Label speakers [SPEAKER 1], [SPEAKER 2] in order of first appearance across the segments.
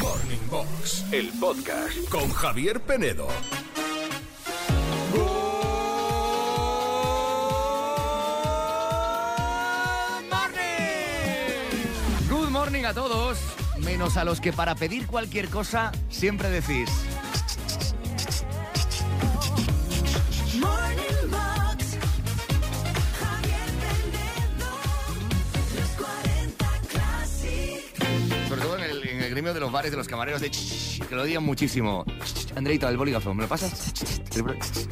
[SPEAKER 1] Morning Box, el podcast con Javier Penedo.
[SPEAKER 2] Good morning a todos, menos a los que para pedir cualquier cosa siempre decís.
[SPEAKER 3] Morning Box, Javier Penedo, los 40 Classic.
[SPEAKER 2] Sobre todo en el, en el gremio de los bares, de los camareros, de ch- que lo odian muchísimo. Ch- Andreita, el bolígrafo, ¿me lo pasas?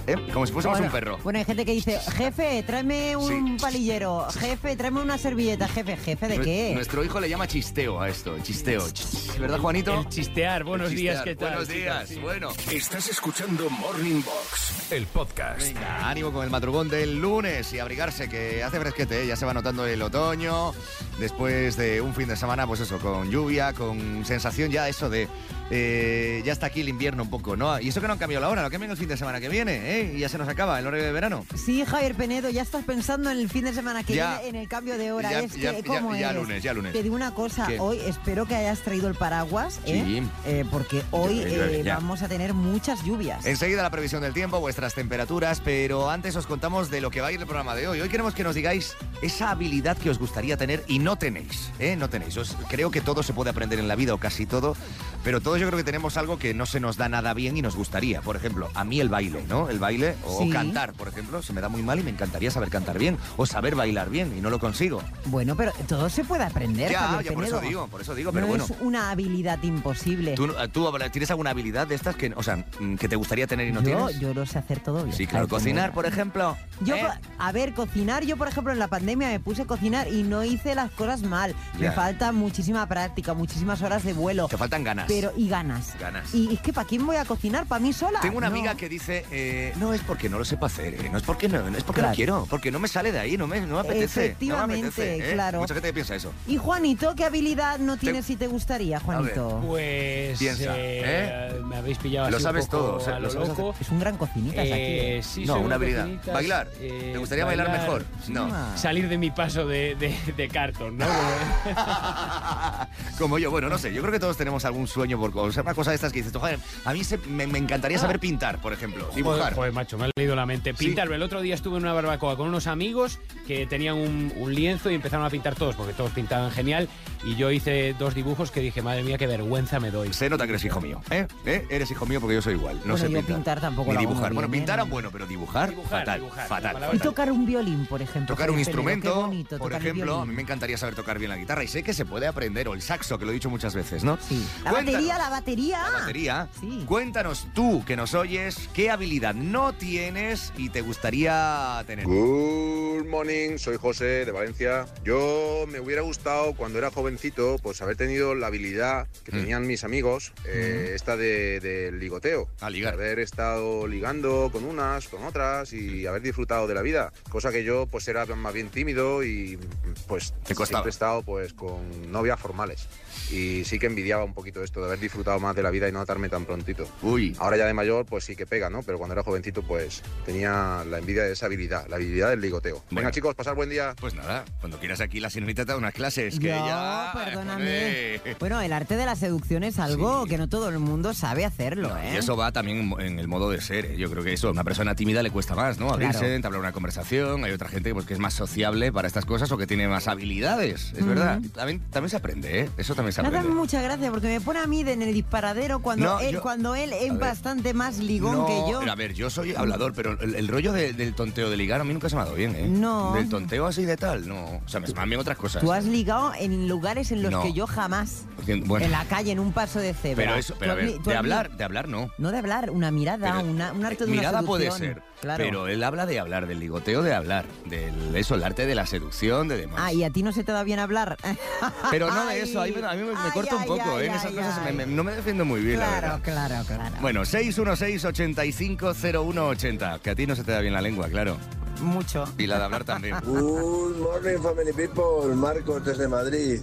[SPEAKER 2] ¿Eh? Como si fuésemos un
[SPEAKER 4] Bueno,
[SPEAKER 2] perro.
[SPEAKER 4] Bueno, hay gente que dice, jefe, tráeme un palillero, jefe, tráeme una servilleta, jefe, jefe, ¿de
[SPEAKER 2] Nue-
[SPEAKER 4] qué?
[SPEAKER 2] Nuestro hijo le llama chisteo a esto, chisteo. Ch- ¿Verdad, Juanito?
[SPEAKER 5] El chistear, buenos
[SPEAKER 2] Chistear.
[SPEAKER 5] días, ¿qué tal?
[SPEAKER 2] Buenos
[SPEAKER 5] ¿Qué
[SPEAKER 2] días,
[SPEAKER 5] tal?
[SPEAKER 2] bueno.
[SPEAKER 1] Estás escuchando Morning Box, el podcast.
[SPEAKER 2] Venga, ánimo con el madrugón del lunes y abrigarse, que hace fresquete, ¿eh? ya se va notando el otoño, después de un fin de semana, pues eso, con lluvia, con sensación ya eso de... eh, ya está aquí el invierno un poco, ¿no? Y eso que no han cambiado la hora, lo cambian el fin de semana que viene, ¿eh? Y ya se nos acaba el horario de verano.
[SPEAKER 4] Sí, Javier Penedo, ya estás pensando en el fin de semana que
[SPEAKER 2] Ya.
[SPEAKER 4] viene, en el cambio de hora.
[SPEAKER 2] Ya-
[SPEAKER 4] es que,
[SPEAKER 2] ya- ya-
[SPEAKER 4] ¿cómo
[SPEAKER 2] ya
[SPEAKER 4] eres?
[SPEAKER 2] lunes, ya lunes.
[SPEAKER 4] Te digo una cosa,
[SPEAKER 2] ¿Qué?
[SPEAKER 4] hoy espero que hayas traído el paraguas, ¿eh?
[SPEAKER 2] Sí.
[SPEAKER 4] Eh, porque hoy
[SPEAKER 2] Llueve, llueve,
[SPEAKER 4] eh,
[SPEAKER 2] ya.
[SPEAKER 4] vamos a tener muchas lluvias.
[SPEAKER 2] Enseguida la previsión del tiempo, vuestras temperaturas, pero antes os contamos de lo que va a ir el programa de hoy. Hoy queremos que nos digáis esa habilidad que os gustaría tener y no tenéis, ¿eh? No tenéis. Os- creo que todo se puede aprender en la vida o casi todo, pero todos yo creo que tenemos algo que no se nos da nada bien y nos gustaría. Por ejemplo, a mí el baile, ¿no? El baile o
[SPEAKER 4] Sí.
[SPEAKER 2] cantar, por ejemplo, se me da muy mal y me encantaría saber cantar bien o saber bailar bien y no lo consigo.
[SPEAKER 4] Bueno, pero todo se puede aprender,
[SPEAKER 2] ya,
[SPEAKER 4] Javier
[SPEAKER 2] ya por eso
[SPEAKER 4] Penedo.
[SPEAKER 2] digo, por eso digo, pero
[SPEAKER 4] no
[SPEAKER 2] bueno.
[SPEAKER 4] es una habilidad imposible.
[SPEAKER 2] ¿Tú, eh, tú habla- tienes alguna habilidad de estas que, o sea, mm, que te gustaría tener y no
[SPEAKER 4] yo,
[SPEAKER 2] tienes?
[SPEAKER 4] yo lo sé hacer todo bien.
[SPEAKER 2] Sí, claro,
[SPEAKER 4] Javier
[SPEAKER 2] cocinar,
[SPEAKER 4] Penedo.
[SPEAKER 2] por ejemplo.
[SPEAKER 4] Yo,
[SPEAKER 2] ¿eh?
[SPEAKER 4] co- a ver, cocinar, yo por ejemplo en la pandemia me puse a cocinar y no hice las cosas mal.
[SPEAKER 2] Ya.
[SPEAKER 4] Me falta muchísima práctica, muchísimas horas de vuelo.
[SPEAKER 2] Te faltan ganas.
[SPEAKER 4] Pero, y ganas.
[SPEAKER 2] Ganas.
[SPEAKER 4] Y es que ¿para quién voy a cocinar? ¿Para mí sola?
[SPEAKER 2] Tengo una
[SPEAKER 4] No.
[SPEAKER 2] amiga que dice, eh, no es porque no lo sepa hacer, eh, no es porque no, no es porque no
[SPEAKER 4] Claro.
[SPEAKER 2] quiero, porque no me sale de ahí, no me, no me apetece. no me
[SPEAKER 4] Efectivamente,
[SPEAKER 2] apetece, ¿eh?
[SPEAKER 4] claro.
[SPEAKER 2] Mucha gente piensa eso.
[SPEAKER 4] ¿Y Juanito qué habilidad no tienes si te gustaría, Juanito?
[SPEAKER 5] Pues
[SPEAKER 2] Piensa,
[SPEAKER 5] eh, me habéis pillado
[SPEAKER 2] Lo
[SPEAKER 5] así
[SPEAKER 2] sabes
[SPEAKER 5] un poco
[SPEAKER 2] todo, o sea,
[SPEAKER 5] a
[SPEAKER 2] lo
[SPEAKER 5] lo,
[SPEAKER 2] sabes
[SPEAKER 5] loco.
[SPEAKER 4] Es un gran cocinita es
[SPEAKER 5] Eh,
[SPEAKER 4] aquí. ¿eh?
[SPEAKER 5] sí,
[SPEAKER 2] no,
[SPEAKER 5] soy
[SPEAKER 2] una
[SPEAKER 5] un
[SPEAKER 2] habilidad.
[SPEAKER 5] cocinitas,
[SPEAKER 2] Bailar.
[SPEAKER 5] eh,
[SPEAKER 2] ¿Te gustaría bailar, mejor?
[SPEAKER 5] sí.
[SPEAKER 2] No.
[SPEAKER 4] Ah.
[SPEAKER 5] Salir de mi paso de, de- de cartón, ¿no? Como-
[SPEAKER 2] Como yo, bueno, no sé, yo creo que todos tenemos algún sueño por o sea, una cosa de estas que dices, tú, joder, a mí se- me, me encantaría saber pintar, por ejemplo, dibujar.
[SPEAKER 5] Joder, Ah. joder, macho, me ha leído la mente.
[SPEAKER 2] Sí.
[SPEAKER 5] Pintar. El otro día estuve en una barbacoa con unos amigos que tenían un, un lienzo y empezaron a pintar todos, porque todos pintaban genial. Y yo hice dos dibujos que dije, madre mía, qué vergüenza me doy.
[SPEAKER 2] Se nota que eres hijo mío, ¿eh? ¿Eh? Eres hijo mío porque yo soy igual. No
[SPEAKER 4] Bueno,
[SPEAKER 2] sé
[SPEAKER 4] yo pintar tampoco
[SPEAKER 2] Ni
[SPEAKER 4] lo hago muy
[SPEAKER 2] dibujar. bueno,
[SPEAKER 4] bien,
[SPEAKER 2] pintar
[SPEAKER 4] ¿eh?
[SPEAKER 2] aún bueno, pero dibujar,
[SPEAKER 5] Dibujar,
[SPEAKER 2] fatal,
[SPEAKER 5] dibujar,
[SPEAKER 2] fatal,
[SPEAKER 5] la
[SPEAKER 2] fatal.
[SPEAKER 4] Y tocar un violín, por ejemplo.
[SPEAKER 2] Tocar un
[SPEAKER 4] Javier Penedo,
[SPEAKER 2] instrumento,
[SPEAKER 4] Qué bonito,
[SPEAKER 2] por
[SPEAKER 4] tocar el
[SPEAKER 2] ejemplo, a mí
[SPEAKER 4] violín.
[SPEAKER 2] me encantaría saber tocar bien la guitarra y sé que se puede aprender, o el saxo, que lo he dicho muchas veces, ¿no?
[SPEAKER 4] Sí. La
[SPEAKER 2] Cuéntanos,
[SPEAKER 4] batería, la batería.
[SPEAKER 2] la batería.
[SPEAKER 4] Sí.
[SPEAKER 2] Cuéntanos tú, que nos oyes, qué habilidad no tienes y te gustaría tener.
[SPEAKER 6] Good morning, soy José de Valencia. Yo me hubiera gustado cuando era jovencito, pues haber tenido la habilidad que
[SPEAKER 2] Mm.
[SPEAKER 6] tenían mis amigos, eh, esta de, del ligoteo.
[SPEAKER 2] A ligar.
[SPEAKER 6] Haber estado ligando con unas, con otras y
[SPEAKER 2] Mm.
[SPEAKER 6] haber disfrutado de la vida. Cosa que yo pues era más bien tímido y pues
[SPEAKER 2] Te costaba.
[SPEAKER 6] siempre he estado pues con novias formales. Y sí que envidiaba un poquito esto de haber disfrutado más de la vida y no atarme tan prontito.
[SPEAKER 2] Uy.
[SPEAKER 6] Ahora ya de mayor, pues sí que pega, ¿no? Pero cuando era jovencito, pues tenía la envidia de esa habilidad, la habilidad del ligoteo.
[SPEAKER 2] Bueno.
[SPEAKER 6] Venga, chicos, pasar buen día.
[SPEAKER 2] Pues nada, cuando quieras aquí la señorita te da unas clases, que
[SPEAKER 4] No,
[SPEAKER 2] ya...
[SPEAKER 4] perdóname.
[SPEAKER 2] Joder.
[SPEAKER 4] Bueno, el arte de la seducción es algo
[SPEAKER 2] Sí.
[SPEAKER 4] que no todo el mundo sabe hacerlo,
[SPEAKER 2] No,
[SPEAKER 4] ¿eh?
[SPEAKER 2] Y eso va también en mo- en el modo de ser. ¿eh? Yo creo que eso, a una persona tímida le cuesta más, ¿no? Abrirse,
[SPEAKER 4] Claro.
[SPEAKER 2] entablar una conversación. Hay otra gente pues, que es más sociable para estas cosas o que tiene más habilidades. Es verdad. También, también se aprende, ¿eh? Eso también se
[SPEAKER 4] Me
[SPEAKER 2] aprende.
[SPEAKER 4] hacen mucha gracia porque me pone a mí de en el disparadero cuando
[SPEAKER 2] No,
[SPEAKER 4] él,
[SPEAKER 2] yo-
[SPEAKER 4] cuando él
[SPEAKER 2] A
[SPEAKER 4] es
[SPEAKER 2] ver.
[SPEAKER 4] bastante más ligón
[SPEAKER 2] No,
[SPEAKER 4] que yo.
[SPEAKER 2] pero A ver, yo soy hablador, pero el, el rollo de- del tonteo de ligar a mí nunca se me ha dado bien, ¿eh?
[SPEAKER 4] No.
[SPEAKER 2] Del tonteo así de tal, no. O sea, me se me dan bien otras cosas.
[SPEAKER 4] Tú has ligado en lugares en los
[SPEAKER 2] No.
[SPEAKER 4] que yo jamás.
[SPEAKER 2] Bueno,
[SPEAKER 4] En la calle, en un paso de cebra.
[SPEAKER 2] pero eso, pero a
[SPEAKER 4] Tú has
[SPEAKER 2] ver,
[SPEAKER 4] li- tú
[SPEAKER 2] de
[SPEAKER 4] has li-
[SPEAKER 2] hablar, de hablar no.
[SPEAKER 4] No de hablar, una mirada,
[SPEAKER 2] Pero,
[SPEAKER 4] una, un arte
[SPEAKER 2] eh,
[SPEAKER 4] de una
[SPEAKER 2] mirada puede
[SPEAKER 4] seducción.
[SPEAKER 2] ser,
[SPEAKER 4] Claro.
[SPEAKER 2] pero él habla de hablar, del ligoteo de hablar, del eso, el arte de la seducción, de demás.
[SPEAKER 4] Ah, y a ti no se te da bien hablar.
[SPEAKER 2] Pero no de
[SPEAKER 4] ah, Ay.
[SPEAKER 2] eso, ahí me- a mí me, me
[SPEAKER 4] Ay,
[SPEAKER 2] corto un
[SPEAKER 4] ay,
[SPEAKER 2] poco,
[SPEAKER 4] ay,
[SPEAKER 2] ¿eh? en esas
[SPEAKER 4] ay,
[SPEAKER 2] cosas me-
[SPEAKER 4] ay.
[SPEAKER 2] me- no me defiendo muy bien, la
[SPEAKER 4] Claro,
[SPEAKER 2] verdad.
[SPEAKER 4] claro, claro.
[SPEAKER 2] Bueno, 616-850180, que a ti no se te da bien la lengua, claro.
[SPEAKER 4] Mucho.
[SPEAKER 2] Y la de hablar también.
[SPEAKER 7] Good morning, family people. Marcos desde Madrid.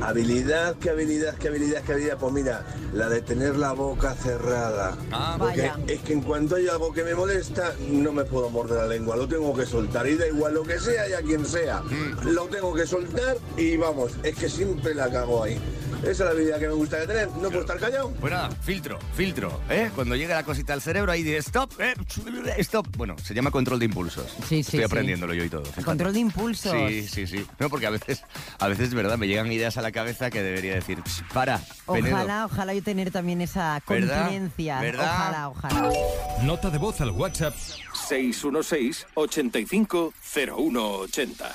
[SPEAKER 7] Habilidad, qué habilidad, qué habilidad, qué habilidad. Pues mira, la de tener la boca cerrada.
[SPEAKER 2] Ah,
[SPEAKER 7] Porque
[SPEAKER 4] Vaya.
[SPEAKER 7] es que en cuanto hay algo que me molesta, no me puedo morder la lengua, lo tengo que soltar. Y da igual lo que
[SPEAKER 8] Mm.
[SPEAKER 7] sea y a quien sea. Lo tengo que soltar y vamos, es que siempre la cago ahí. Esa es la habilidad que me gustaría tener. No puedo estar callado.
[SPEAKER 2] Pues nada, filtro, filtro, ¿eh? Cuando llega la cosita al cerebro ahí dice stop, eh, stop. Bueno, se llama control de impulsos.
[SPEAKER 4] Sí, sí,
[SPEAKER 2] Estoy
[SPEAKER 4] sí.
[SPEAKER 2] aprendiéndolo yo y todo. fíjate.
[SPEAKER 4] Control de impulsos.
[SPEAKER 2] Sí, sí, sí. No, porque a veces, a veces, verdad, me llegan ideas a la cabeza que debería decir, "Psh, para, Penedo".
[SPEAKER 4] Ojalá, ojalá yo tener también esa
[SPEAKER 2] ¿Verdad?
[SPEAKER 4] conciencia.
[SPEAKER 2] ¿Verdad?
[SPEAKER 4] Ojalá, ojalá.
[SPEAKER 1] Nota de voz al WhatsApp 616 85 0180.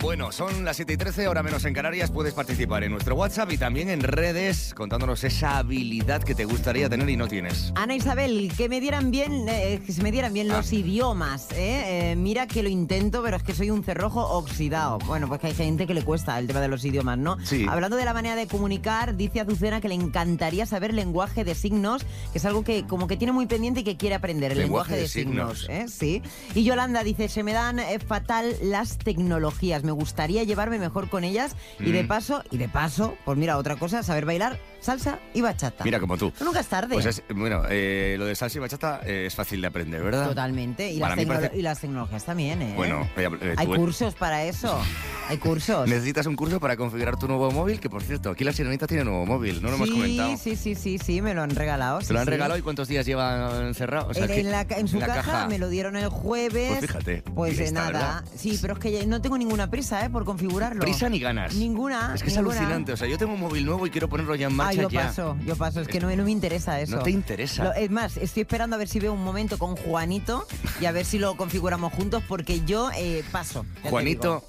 [SPEAKER 2] Bueno, son las 7 y 13, hora menos en Canarias. Puedes participar en nuestro WhatsApp y también en redes contándonos esa habilidad que te gustaría tener y no tienes.
[SPEAKER 4] Ana Isabel, que me dieran bien, eh, que se me dieran bien
[SPEAKER 2] Ah.
[SPEAKER 4] los idiomas. ¿eh? Eh, mira que lo intento, pero es que soy un cerrojo oxidado. Bueno, pues que hay gente que le cuesta el tema de los idiomas, ¿no?
[SPEAKER 2] Sí.
[SPEAKER 4] Hablando de la manera de comunicar, dice Azucena que le encantaría saber lenguaje de signos, que es algo que como que tiene muy pendiente y que quiere aprender, el lenguaje, de, signos. ¿eh? Sí. Y Yolanda dice, se me dan eh, fatal las tecnologías, me gustaría llevarme mejor con ellas y
[SPEAKER 2] Mm.
[SPEAKER 4] de paso, y de paso, pues mira, otra cosa, saber bailar salsa y bachata.
[SPEAKER 2] Mira, como tú.
[SPEAKER 4] Nunca es tarde.
[SPEAKER 2] Pues es- bueno, eh, lo de salsa y bachata eh, es fácil de aprender, ¿verdad?
[SPEAKER 4] Totalmente. Y las,
[SPEAKER 2] Para mí
[SPEAKER 4] tecnolo-
[SPEAKER 2] parece-
[SPEAKER 4] y las tecnologías también, ¿eh?
[SPEAKER 2] Bueno, eh, eh,
[SPEAKER 4] hay
[SPEAKER 2] tú-
[SPEAKER 4] cursos para eso. Hay cursos.
[SPEAKER 2] Necesitas un curso para configurar tu nuevo móvil, que por cierto, aquí la sirenita tiene nuevo móvil, no lo hemos
[SPEAKER 4] sí,
[SPEAKER 2] comentado.
[SPEAKER 4] sí, sí, sí, sí, me lo han regalado.
[SPEAKER 2] ¿Te lo han regalado y cuántos días lleva encerrado? O sea,
[SPEAKER 4] en,
[SPEAKER 2] que-
[SPEAKER 4] en la ca- en su
[SPEAKER 2] la
[SPEAKER 4] caja, me lo dieron el jueves.
[SPEAKER 2] Pues fíjate,
[SPEAKER 4] Pues
[SPEAKER 2] y
[SPEAKER 4] eh, nada.
[SPEAKER 2] está, ¿verdad?
[SPEAKER 4] Sí, pero es que ya no tengo ninguna prisa, ¿eh? Por configurarlo.
[SPEAKER 2] Prisa ni ganas.
[SPEAKER 4] Ninguna.
[SPEAKER 2] Es que es
[SPEAKER 4] ninguna.
[SPEAKER 2] alucinante. O sea, yo tengo un móvil nuevo y quiero ponerlo ya en
[SPEAKER 4] Ah,
[SPEAKER 2] marcha
[SPEAKER 4] yo
[SPEAKER 2] ya.
[SPEAKER 4] paso, yo paso. Es que no, no me interesa eso.
[SPEAKER 2] No te interesa.
[SPEAKER 4] Lo- es más, estoy esperando a ver si veo un momento con Juanito y a ver si lo configuramos juntos porque yo eh, paso. ya te digo.
[SPEAKER 2] Juanito,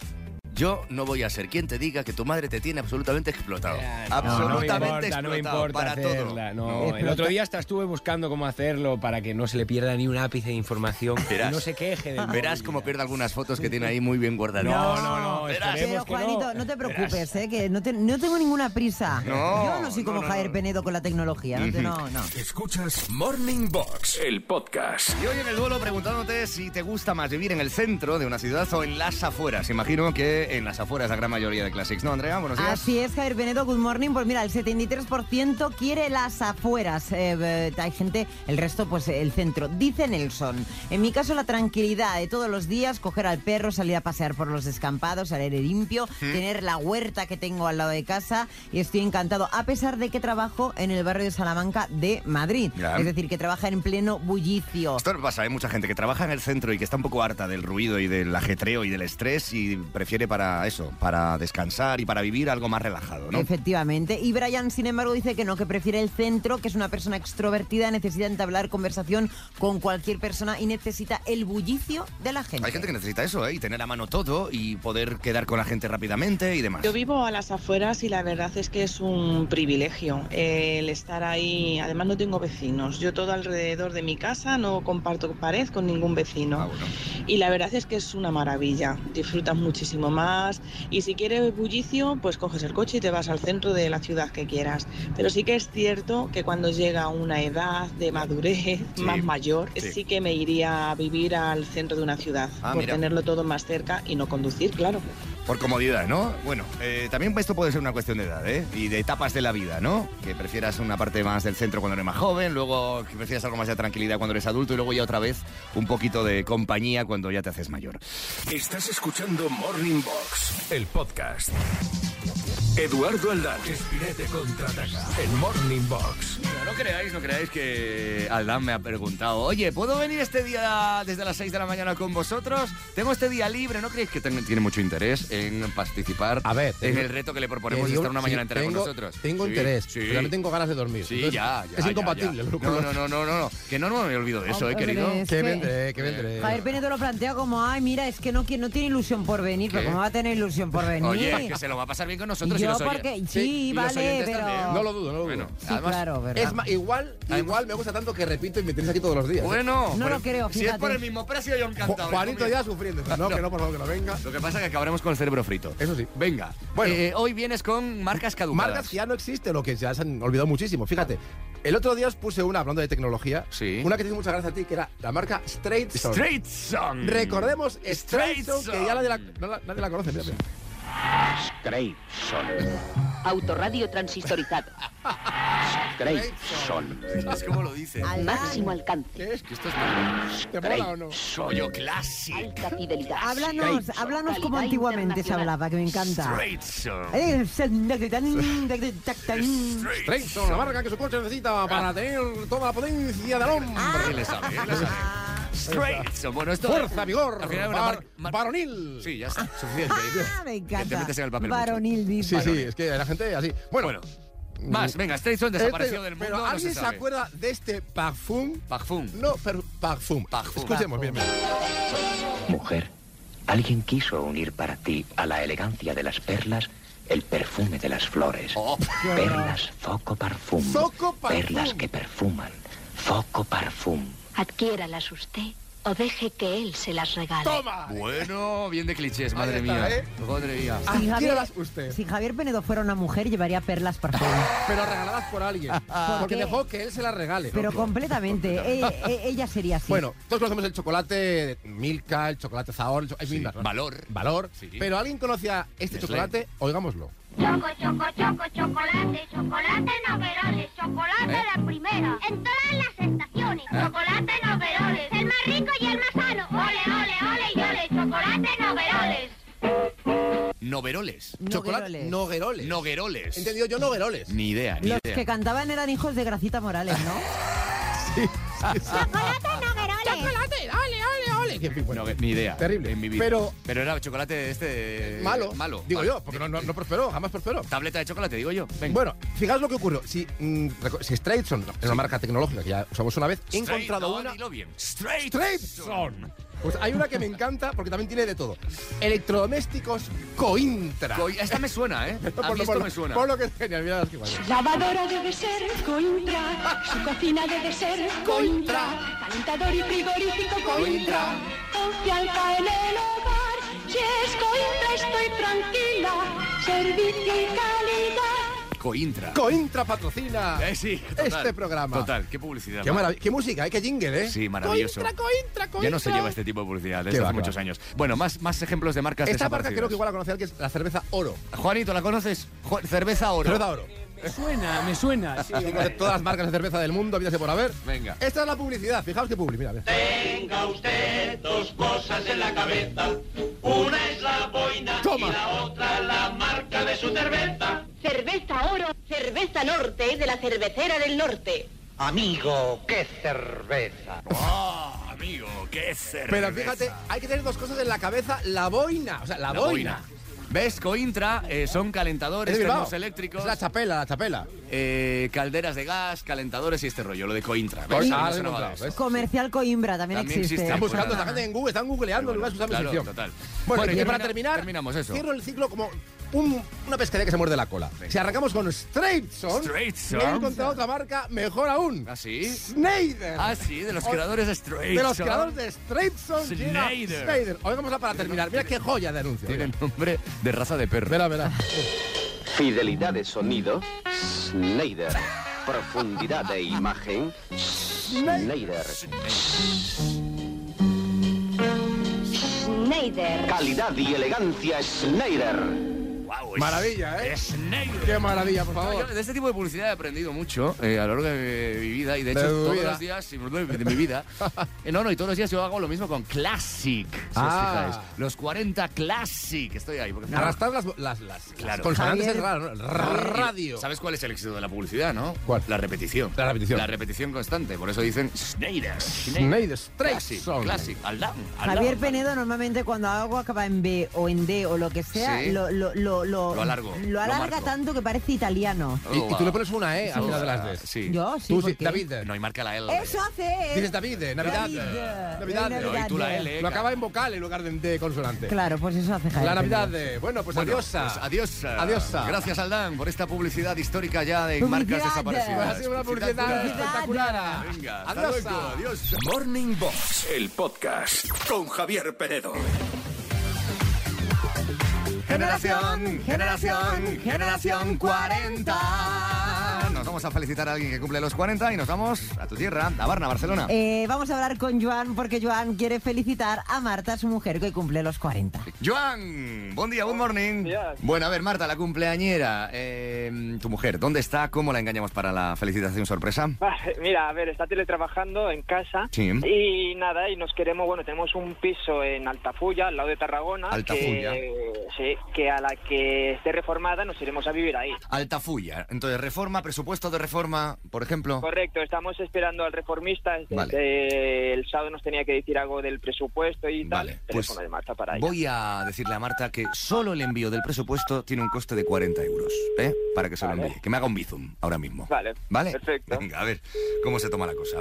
[SPEAKER 2] yo no voy a ser quien te diga que tu madre te tiene absolutamente explotado. absolutamente explotado.
[SPEAKER 5] no me importa
[SPEAKER 2] para
[SPEAKER 5] hacerla,
[SPEAKER 2] todo.
[SPEAKER 5] no. el otro día hasta estuve buscando cómo hacerlo para que no se le pierda ni un ápice de información.
[SPEAKER 2] Verás.
[SPEAKER 5] y no se queje del
[SPEAKER 2] Verás
[SPEAKER 5] móvil.
[SPEAKER 2] cómo pierdo algunas fotos que tiene ahí muy bien guardadas.
[SPEAKER 5] No, no, no.
[SPEAKER 2] Verás.
[SPEAKER 5] esperemos
[SPEAKER 4] Pero
[SPEAKER 5] que no.
[SPEAKER 4] Juanito, no. te preocupes, eh, que no, te- no tengo ninguna prisa.
[SPEAKER 2] No,
[SPEAKER 4] Yo no soy como
[SPEAKER 2] no, no,
[SPEAKER 4] Javier
[SPEAKER 2] no.
[SPEAKER 4] Penedo con la tecnología. No, te- no, no.
[SPEAKER 1] Escuchas Morning Box, el podcast.
[SPEAKER 2] Y hoy en el duelo preguntándote si te gusta más vivir en el centro de una ciudad o en las afueras. Imagino que en las afueras la gran mayoría de Classics, ¿no, Andrea? Buenos días.
[SPEAKER 4] Así es, Javier Penedo, good morning. Pues mira, el 73% quiere las afueras. Eh, eh, hay gente, el resto, pues el centro. Dice Nelson, en mi caso la tranquilidad de todos los días, coger al perro, salir a pasear por los descampados, al aire limpio,
[SPEAKER 2] ¿Mm?
[SPEAKER 4] tener la huerta que tengo al lado de casa y estoy encantado, a pesar de que trabajo en el barrio de Salamanca de Madrid.
[SPEAKER 2] Ya.
[SPEAKER 4] Es decir, que trabaja en pleno bullicio.
[SPEAKER 2] Esto le pasa, hay mucha gente que trabaja en el centro y que está un poco harta del ruido y del ajetreo y del estrés y prefiere para eso, para descansar y para vivir algo más relajado, ¿no?
[SPEAKER 4] Efectivamente. Y Brian, sin embargo, dice que no, que prefiere el centro, que es una persona extrovertida, necesita entablar conversación con cualquier persona y necesita el bullicio de la gente.
[SPEAKER 2] Hay gente que necesita eso, ¿eh? Y tener a mano todo y poder quedar con la gente rápidamente y demás.
[SPEAKER 9] Yo vivo a las afueras y la verdad es que es un privilegio eh, el estar ahí. Además no tengo vecinos. Yo todo alrededor de mi casa no comparto pared con ningún
[SPEAKER 2] Ah,
[SPEAKER 9] vecino.
[SPEAKER 2] bueno.
[SPEAKER 9] Y la verdad es que es una maravilla. Disfrutas muchísimo más. Y si quieres bullicio, pues coges el coche y te vas al centro de la ciudad que quieras. Pero sí que es cierto que cuando llega una edad de madurez
[SPEAKER 2] Sí,
[SPEAKER 9] más mayor,
[SPEAKER 2] sí.
[SPEAKER 9] sí. que me iría a vivir al centro de una ciudad.
[SPEAKER 2] Ah,
[SPEAKER 9] por
[SPEAKER 2] mira.
[SPEAKER 9] tenerlo todo más cerca y no conducir, claro.
[SPEAKER 2] Por comodidad, ¿no? Bueno, eh, también esto puede ser una cuestión de edad, ¿eh? Y de etapas de la vida, ¿no? Que prefieras una parte más del centro cuando eres más joven, luego que prefieras algo más de tranquilidad cuando eres adulto y luego ya otra vez un poquito de compañía cuando ya te haces mayor.
[SPEAKER 1] Estás escuchando Morning Box, el podcast. Eduardo Aldán, Espinete contraataca. El Morning Box.
[SPEAKER 2] No creáis, no creáis que Aldán me ha preguntado, oye, ¿puedo venir este día desde las 6 de la mañana con vosotros? Tengo este día libre, ¿no creéis que ten- tiene mucho interés en participar
[SPEAKER 8] A ver,
[SPEAKER 2] en
[SPEAKER 8] tengo-
[SPEAKER 2] el reto que le proponemos
[SPEAKER 8] Te
[SPEAKER 2] de
[SPEAKER 8] digo-
[SPEAKER 2] estar una mañana
[SPEAKER 8] sí,
[SPEAKER 2] entera
[SPEAKER 8] tengo,
[SPEAKER 2] con nosotros?
[SPEAKER 8] Tengo
[SPEAKER 2] Sí,
[SPEAKER 8] interés,
[SPEAKER 2] sí.
[SPEAKER 8] pero también tengo ganas de dormir.
[SPEAKER 2] Sí,
[SPEAKER 8] Entonces,
[SPEAKER 2] ya, ya,
[SPEAKER 8] Es
[SPEAKER 2] ya,
[SPEAKER 8] incompatible
[SPEAKER 2] ya.
[SPEAKER 8] el grupo.
[SPEAKER 2] No, no, no, no, no, no. Que no, no me olvido de eso, eh,
[SPEAKER 4] Hombre,
[SPEAKER 2] querido.
[SPEAKER 4] es
[SPEAKER 8] Que
[SPEAKER 4] que-
[SPEAKER 8] vendré, que vendré.
[SPEAKER 4] Javier Penedo lo plantea como, ay, mira, es que no, que no tiene ilusión por venir, pero
[SPEAKER 2] ¿Qué?
[SPEAKER 4] ¿cómo va a tener ilusión por venir?
[SPEAKER 2] Oye, que se lo va a pasar bien
[SPEAKER 4] Y
[SPEAKER 2] con nosotros y
[SPEAKER 4] yo
[SPEAKER 2] los oye-
[SPEAKER 4] porque, sí,
[SPEAKER 8] Sí, y los
[SPEAKER 4] vale,
[SPEAKER 2] oyentes
[SPEAKER 4] pero...
[SPEAKER 2] también.
[SPEAKER 8] No lo dudo, no lo dudo.
[SPEAKER 2] Bueno,
[SPEAKER 4] Sí,
[SPEAKER 2] además,
[SPEAKER 4] claro, ¿verdad?
[SPEAKER 8] es ma- igual, igual me gusta tanto que repito y me tienes aquí todos los días. ¿eh?
[SPEAKER 2] Bueno,
[SPEAKER 4] No
[SPEAKER 2] pero
[SPEAKER 4] lo creo,
[SPEAKER 2] Si es
[SPEAKER 4] fíjate.
[SPEAKER 2] por el mismo precio, yo
[SPEAKER 8] Ju-
[SPEAKER 2] encantado.
[SPEAKER 8] Juanito
[SPEAKER 2] Dijo,
[SPEAKER 8] ya sufriendo. No, que no, por favor, que no venga.
[SPEAKER 2] Lo que pasa es que acabaremos con el cerebro frito.
[SPEAKER 8] Eso sí.
[SPEAKER 2] Venga.
[SPEAKER 8] Bueno.
[SPEAKER 2] eh, hoy vienes con marcas caducadas.
[SPEAKER 8] Marcas que ya no existen, lo que ya se han olvidado muchísimo. Fíjate, el otro día os puse una, hablando de tecnología,
[SPEAKER 2] Sí.
[SPEAKER 8] una que te hizo mucha gracia a ti, que era la marca Straight Zone.
[SPEAKER 2] Straight Song.
[SPEAKER 8] Recordemos Straight
[SPEAKER 2] Straight
[SPEAKER 8] Zone, que
[SPEAKER 2] Zone.
[SPEAKER 8] ya nadie la, no la- nadie la conoce. Mira, mira.
[SPEAKER 10] Autorradio transistorizado. Grayson.
[SPEAKER 2] Es como lo dice.
[SPEAKER 10] Máximo alcance.
[SPEAKER 8] ¿Qué es? ¿Que esto es malo? ¿Te mola o no?
[SPEAKER 10] Rollo clásico. Alta fidelidad.
[SPEAKER 4] Háblanos,
[SPEAKER 10] Grayson.
[SPEAKER 4] háblanos como
[SPEAKER 10] Calidad
[SPEAKER 4] antiguamente se
[SPEAKER 10] internacional.
[SPEAKER 4] hablaba, que me encanta.
[SPEAKER 1] Grayson.
[SPEAKER 4] Eh, Exactamente.
[SPEAKER 8] Traxxon, la marca que su coche
[SPEAKER 2] Ah.
[SPEAKER 8] necesita para tener toda la potencia del hombre.
[SPEAKER 10] Él le sabe, él le sabe.
[SPEAKER 4] Ah.
[SPEAKER 2] Grayson. Bueno, esto.
[SPEAKER 8] Fuerza, vigor,
[SPEAKER 2] Al final, una
[SPEAKER 8] var-
[SPEAKER 2] mar- mar-
[SPEAKER 8] varonil.
[SPEAKER 2] Sí, ya está. Suficiente.
[SPEAKER 4] Ah, me
[SPEAKER 2] Te
[SPEAKER 4] encanta.
[SPEAKER 2] metes en el papel mucho.
[SPEAKER 4] Varonil, dice.
[SPEAKER 8] Sí, sí, es que la gente así. Bueno,
[SPEAKER 2] Bueno. Más, venga, Strayson
[SPEAKER 8] este-
[SPEAKER 2] desapareció del mundo.
[SPEAKER 8] pero
[SPEAKER 2] no
[SPEAKER 8] ¿alguien
[SPEAKER 2] se,
[SPEAKER 8] se,
[SPEAKER 2] sabe.
[SPEAKER 8] acuerda de este parfum?
[SPEAKER 2] Parfum.
[SPEAKER 8] No, pero parfum.
[SPEAKER 2] Parfum.
[SPEAKER 8] Escuchemos bien, bien.
[SPEAKER 10] Mujer, alguien quiso unir para ti a la elegancia de las perlas el perfume de las flores.
[SPEAKER 2] Oh.
[SPEAKER 10] Perlas, foco parfum.
[SPEAKER 8] Zoco parfum.
[SPEAKER 10] Perlas que perfuman. Foco parfum.
[SPEAKER 11] Adquiéralas usted o deje que él se las regale.
[SPEAKER 8] ¡Toma!
[SPEAKER 2] Bueno, bien de clichés, madre
[SPEAKER 8] Ahí está,
[SPEAKER 2] mía.
[SPEAKER 8] ¿eh?
[SPEAKER 2] Madre mía.
[SPEAKER 4] Si
[SPEAKER 8] Adquiéralas usted.
[SPEAKER 4] si Javier Penedo fuera una mujer, llevaría perlas parfum.
[SPEAKER 8] Pero regaladas por alguien. Porque
[SPEAKER 4] qué?
[SPEAKER 8] dejó que él se las regale.
[SPEAKER 4] Pero completamente. E- e- ella sería así.
[SPEAKER 8] Bueno, todos conocemos el chocolate de Milka, el chocolate Zahor, el cho- hay
[SPEAKER 2] Sí,
[SPEAKER 8] mil marcas.
[SPEAKER 2] valor.
[SPEAKER 8] Valor.
[SPEAKER 2] Sí.
[SPEAKER 8] Pero ¿alguien conocía este
[SPEAKER 2] Nestlé.
[SPEAKER 8] chocolate? Oigámoslo.
[SPEAKER 11] Choco, choco, choco, chocolate, chocolate noveroles, chocolate de primera, en todas las estaciones, chocolate noveroles, el más rico y el más sano. Ole, ole, ole y ole, chocolate noveroles.
[SPEAKER 2] Noveroles.
[SPEAKER 8] Chocolate
[SPEAKER 4] Nogueroles.
[SPEAKER 8] Nogueroles.
[SPEAKER 2] Nogueroles.
[SPEAKER 8] Entendido yo, Nogueroles.
[SPEAKER 2] Ni idea, ni
[SPEAKER 4] Los
[SPEAKER 2] idea.
[SPEAKER 4] que cantaban eran hijos de Gracita Morales, ¿no?
[SPEAKER 11] Chocolate noveroles.
[SPEAKER 8] ¡Chocolate! ¡Ole, ole, ole! Que, en fin, bueno,
[SPEAKER 2] No, ni idea.
[SPEAKER 8] Terrible.
[SPEAKER 2] En mi vida.
[SPEAKER 8] Pero-
[SPEAKER 2] era chocolate este.
[SPEAKER 8] malo.
[SPEAKER 2] Malo.
[SPEAKER 8] Digo
[SPEAKER 2] Vale.
[SPEAKER 8] yo, porque no, no- no prosperó, jamás prosperó.
[SPEAKER 2] Tableta de chocolate, digo yo. Venga.
[SPEAKER 8] Bueno, fijaos lo que ocurrió. Si, mm, reco- si Straitson, es una marca tecnológica que ya usamos una vez, he
[SPEAKER 2] Straight-
[SPEAKER 8] encontrado
[SPEAKER 2] no,
[SPEAKER 8] una.
[SPEAKER 2] dilo bien. Straight.
[SPEAKER 8] Straitson. Pues hay una que me encanta porque también tiene de todo. Electrodomésticos Cointra.
[SPEAKER 2] Co- Esta me suena, ¿eh? A mí
[SPEAKER 8] Ponlo,
[SPEAKER 2] esto
[SPEAKER 8] ponlo,
[SPEAKER 2] me suena.
[SPEAKER 8] ponlo que es genial, mira las que guay.
[SPEAKER 11] Lavadora debe ser Cointra, su cocina debe ser Cointra, calentador y frigorífico Cointra, confianza en el hogar, si es Cointra estoy tranquila, servicio y calidad.
[SPEAKER 2] Cointra.
[SPEAKER 8] Cointra patrocina
[SPEAKER 2] Eh, sí, total.
[SPEAKER 8] este programa.
[SPEAKER 2] Total, qué publicidad.
[SPEAKER 8] Qué, marav- qué música, ¿eh? qué jingle, ¿eh?
[SPEAKER 2] Sí, maravilloso.
[SPEAKER 8] Cointra, cointra, cointra.
[SPEAKER 2] Ya no se lleva este tipo de publicidad
[SPEAKER 8] Qué
[SPEAKER 2] desde hace
[SPEAKER 8] vaca.
[SPEAKER 2] muchos años. Bueno, más, más ejemplos de marcas
[SPEAKER 8] Esta marca
[SPEAKER 2] desaparecidas.
[SPEAKER 8] creo que igual la conocer que es la cerveza oro.
[SPEAKER 2] Juanito, ¿la conoces? Ju- cerveza oro.
[SPEAKER 8] Cerveza oro.
[SPEAKER 5] Me suena, me suena. sí,
[SPEAKER 8] Digo, de todas las marcas de cerveza del mundo, habíase por haber.
[SPEAKER 2] Venga.
[SPEAKER 8] Esta es la publicidad, fijaos qué publi, mira, mira.
[SPEAKER 7] Tenga usted dos cosas en la cabeza. Una es la boina
[SPEAKER 8] Toma.
[SPEAKER 7] otra la marca de su cerveza.
[SPEAKER 11] Cerveza Oro, cerveza norte de la cervecera del norte.
[SPEAKER 7] Amigo, qué cerveza.
[SPEAKER 2] Oh, amigo, qué cerveza.
[SPEAKER 8] Pero fíjate, hay que tener dos cosas en la cabeza, la boina, o sea, la,
[SPEAKER 2] La boina. ¿Ves? Cointra eh, son
[SPEAKER 8] Es
[SPEAKER 2] calentadores,
[SPEAKER 8] de Bilbao.
[SPEAKER 2] termos eléctricos,
[SPEAKER 8] Es la chapela, la chapela.
[SPEAKER 2] eh, calderas de gas, calentadores y este rollo, lo de Cointra. ¿ves?
[SPEAKER 8] Cointra,
[SPEAKER 2] A mí
[SPEAKER 8] ah,
[SPEAKER 2] me sonaba
[SPEAKER 8] encontrado,
[SPEAKER 2] eso.
[SPEAKER 8] ¿ves?
[SPEAKER 4] Comercial Coimbra también,
[SPEAKER 2] Pues También existe.
[SPEAKER 8] Están
[SPEAKER 2] Pues
[SPEAKER 8] buscando
[SPEAKER 2] nada.
[SPEAKER 8] la gente en Google, están googleando,
[SPEAKER 2] Pero
[SPEAKER 8] lugar
[SPEAKER 2] bueno,
[SPEAKER 8] usar mi
[SPEAKER 2] claro,
[SPEAKER 8] sección.
[SPEAKER 2] total.
[SPEAKER 8] Bueno,
[SPEAKER 2] Bueno,
[SPEAKER 8] y
[SPEAKER 2] y
[SPEAKER 8] para
[SPEAKER 2] termina-
[SPEAKER 8] terminar,
[SPEAKER 2] terminamos eso.
[SPEAKER 8] cierro el ciclo como un- una pescaría que se muerde la cola.
[SPEAKER 2] Venga.
[SPEAKER 8] Si arrancamos con Straightson,
[SPEAKER 2] Straightson.
[SPEAKER 8] me he encontrado otra marca mejor aún.
[SPEAKER 2] ¿Ah, sí?
[SPEAKER 8] Snyder.
[SPEAKER 2] Ah, sí, de los creadores de Straight.
[SPEAKER 8] de los creadores de Straightson llega
[SPEAKER 2] Snyder.
[SPEAKER 8] Snyder. Oigámosla para terminar. Mira qué joya de anuncio.
[SPEAKER 2] Tienen nombre de raza de perro.
[SPEAKER 8] Verá, verá.
[SPEAKER 10] Fidelidad de sonido, Schneider. Profundidad de imagen, Schneider.
[SPEAKER 11] Schneider.
[SPEAKER 10] Calidad y elegancia, Schneider.
[SPEAKER 2] Guau, es-
[SPEAKER 8] Maravilla, ¿eh?
[SPEAKER 2] es Schneider.
[SPEAKER 8] Qué maravilla, por favor.
[SPEAKER 2] Yo de este tipo de publicidad he aprendido mucho eh, a lo largo de mi vida y de hecho
[SPEAKER 8] De tu
[SPEAKER 2] todos
[SPEAKER 8] vida.
[SPEAKER 2] los días de mi vida. Eh, no, no, y todos los días yo hago lo mismo con Classic. Si
[SPEAKER 8] Ah.
[SPEAKER 2] os fijáis. Los 40 Classic. Estoy ahí. Porque,
[SPEAKER 8] Arrastrar las, las, las, las
[SPEAKER 2] Claro.
[SPEAKER 8] consonantes
[SPEAKER 4] Javier.
[SPEAKER 8] es raro, ¿no? Radio.
[SPEAKER 2] ¿Sabes cuál es el éxito de la publicidad, no?
[SPEAKER 8] ¿Cuál?
[SPEAKER 2] La repetición.
[SPEAKER 8] La repetición.
[SPEAKER 2] La repetición constante. Por eso dicen Schneider.
[SPEAKER 8] Schneider,
[SPEAKER 2] Classic.
[SPEAKER 8] Streisand.
[SPEAKER 2] Classic. Al down, al
[SPEAKER 4] Javier
[SPEAKER 2] down.
[SPEAKER 4] Penedo normalmente cuando algo acaba en B o en D o lo que sea,
[SPEAKER 2] Sí.
[SPEAKER 4] lo, lo, lo, lo,
[SPEAKER 2] Lo alargo,
[SPEAKER 4] Lo
[SPEAKER 2] lo
[SPEAKER 4] alarga
[SPEAKER 2] marco.
[SPEAKER 4] tanto que parece italiano.
[SPEAKER 8] Y, y tú le pones una E al final de las
[SPEAKER 2] Ah,
[SPEAKER 8] D.
[SPEAKER 2] Oh, Sí.
[SPEAKER 4] Yo sí,
[SPEAKER 8] Tú sí,
[SPEAKER 4] ¿por qué?
[SPEAKER 8] David.
[SPEAKER 2] No, y marca la L.
[SPEAKER 4] Eso hace.
[SPEAKER 8] Dices David, eh, Navidad.
[SPEAKER 4] David, eh,
[SPEAKER 8] Navidad.
[SPEAKER 4] Navidad.
[SPEAKER 2] Pero, y tú la L.
[SPEAKER 8] Lo
[SPEAKER 2] claro.
[SPEAKER 8] acaba en vocal en lugar de, en D consonante.
[SPEAKER 4] Claro, pues eso hace Javier.
[SPEAKER 8] La Navidad
[SPEAKER 4] Penedo.
[SPEAKER 8] de. Bueno, pues
[SPEAKER 2] Bueno,
[SPEAKER 8] adiós.
[SPEAKER 2] pues adiós.
[SPEAKER 8] Adiós.
[SPEAKER 2] Gracias, Aldán, por esta publicidad histórica ya de
[SPEAKER 4] Publicidad.
[SPEAKER 2] marcas desaparecidas.
[SPEAKER 8] Ha sido una publicidad
[SPEAKER 4] Publicidad.
[SPEAKER 8] espectacular.
[SPEAKER 2] Venga, hasta
[SPEAKER 8] adiós.
[SPEAKER 2] luego, adiós.
[SPEAKER 1] Morning Box, el podcast con Javier Penedo.
[SPEAKER 2] Nos vamos vamos a felicitar a alguien que cumple los 40 y nos vamos a tu tierra, a Barna, Barcelona.
[SPEAKER 4] Eh, vamos a hablar con Joan porque Joan quiere felicitar a Marta, su mujer, que hoy cumple los 40.
[SPEAKER 2] Joan, buen día, good morning. Bueno, a ver, Marta, la cumpleañera, eh, tu mujer, ¿dónde está? ¿Cómo la engañamos para la felicitación sorpresa?
[SPEAKER 12] Vale, Mira, a ver, está teletrabajando en casa
[SPEAKER 2] Sí.
[SPEAKER 12] y nada, y nos queremos, bueno, tenemos un piso en Altafulla, al lado de Tarragona,
[SPEAKER 2] Altafulla.
[SPEAKER 12] Que, sí, que a la que esté reformada nos iremos a vivir ahí.
[SPEAKER 2] Altafulla. Entonces, reforma, presupuesto de reforma, por ejemplo.
[SPEAKER 12] Correcto, estamos esperando al reformista, este-
[SPEAKER 2] Vale.
[SPEAKER 12] este- el sábado nos tenía que decir algo del presupuesto y tal, teléfono
[SPEAKER 2] pues
[SPEAKER 12] de Marta para ella.
[SPEAKER 2] Voy a decirle a Marta que solo el envío del presupuesto tiene un coste de 40 euros, ¿eh? Para que se lo envíe. Que me haga un bizum ahora mismo.
[SPEAKER 12] Vale.
[SPEAKER 2] ¿Vale? Perfecto. Venga, a ver cómo se toma la cosa.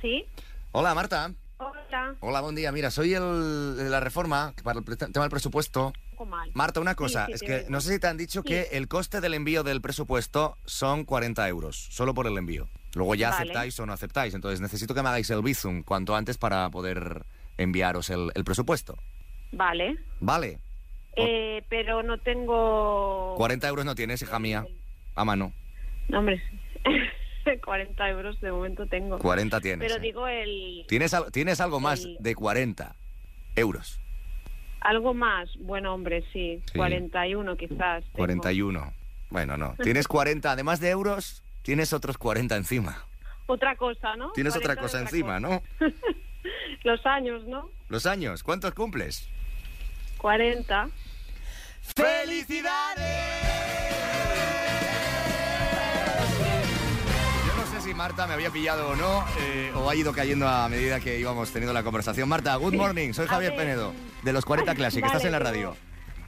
[SPEAKER 13] Sí.
[SPEAKER 2] Hola, Marta.
[SPEAKER 13] Hola.
[SPEAKER 2] Hola, buen día. Mira, soy el de la reforma para el pre- tema del presupuesto.
[SPEAKER 13] Poco mal.
[SPEAKER 2] Marta, una
[SPEAKER 13] Sí,
[SPEAKER 2] cosa,
[SPEAKER 13] sí,
[SPEAKER 2] es
[SPEAKER 13] te
[SPEAKER 2] que
[SPEAKER 13] oigo.
[SPEAKER 2] no sé si te han dicho
[SPEAKER 13] Sí.
[SPEAKER 2] que el coste del envío del presupuesto son 40 euros, solo por el envío. Luego ya
[SPEAKER 13] Vale.
[SPEAKER 2] aceptáis o no aceptáis, entonces necesito que me hagáis el bizum cuanto antes para poder enviaros el, el presupuesto.
[SPEAKER 13] Vale.
[SPEAKER 2] Vale,
[SPEAKER 13] Eh, pero no tengo...
[SPEAKER 2] 40 euros no tienes, hija mía, a mano.
[SPEAKER 13] No, hombre, 40 euros de momento tengo.
[SPEAKER 2] 40 tienes,
[SPEAKER 13] Pero
[SPEAKER 2] eh.
[SPEAKER 13] digo el...
[SPEAKER 2] Tienes, al- tienes algo más
[SPEAKER 13] Sí.
[SPEAKER 2] de 40 euros,
[SPEAKER 13] Algo más. Bueno, hombre, sí.
[SPEAKER 2] Sí.
[SPEAKER 13] 41 quizás. tengo.
[SPEAKER 2] 41. Bueno, no, tienes 40, además de euros, tienes otros 40 encima.
[SPEAKER 13] Otra cosa, ¿no?
[SPEAKER 2] Tienes otra
[SPEAKER 13] 40
[SPEAKER 2] cosa
[SPEAKER 13] de
[SPEAKER 2] encima, ¿no?
[SPEAKER 13] otra- Los años, ¿no?
[SPEAKER 2] Los años, ¿cuántos cumples?
[SPEAKER 13] 40.
[SPEAKER 2] ¡Felicidades! Yo no sé si Marta me había pillado o no, eh, o ha ido cayendo a medida que íbamos teniendo la conversación. Marta, good morning, soy
[SPEAKER 13] A
[SPEAKER 2] Javier
[SPEAKER 13] ver.
[SPEAKER 2] Penedo, de los 40 Classic,
[SPEAKER 13] Vale,
[SPEAKER 2] estás en la
[SPEAKER 13] digo,
[SPEAKER 2] radio.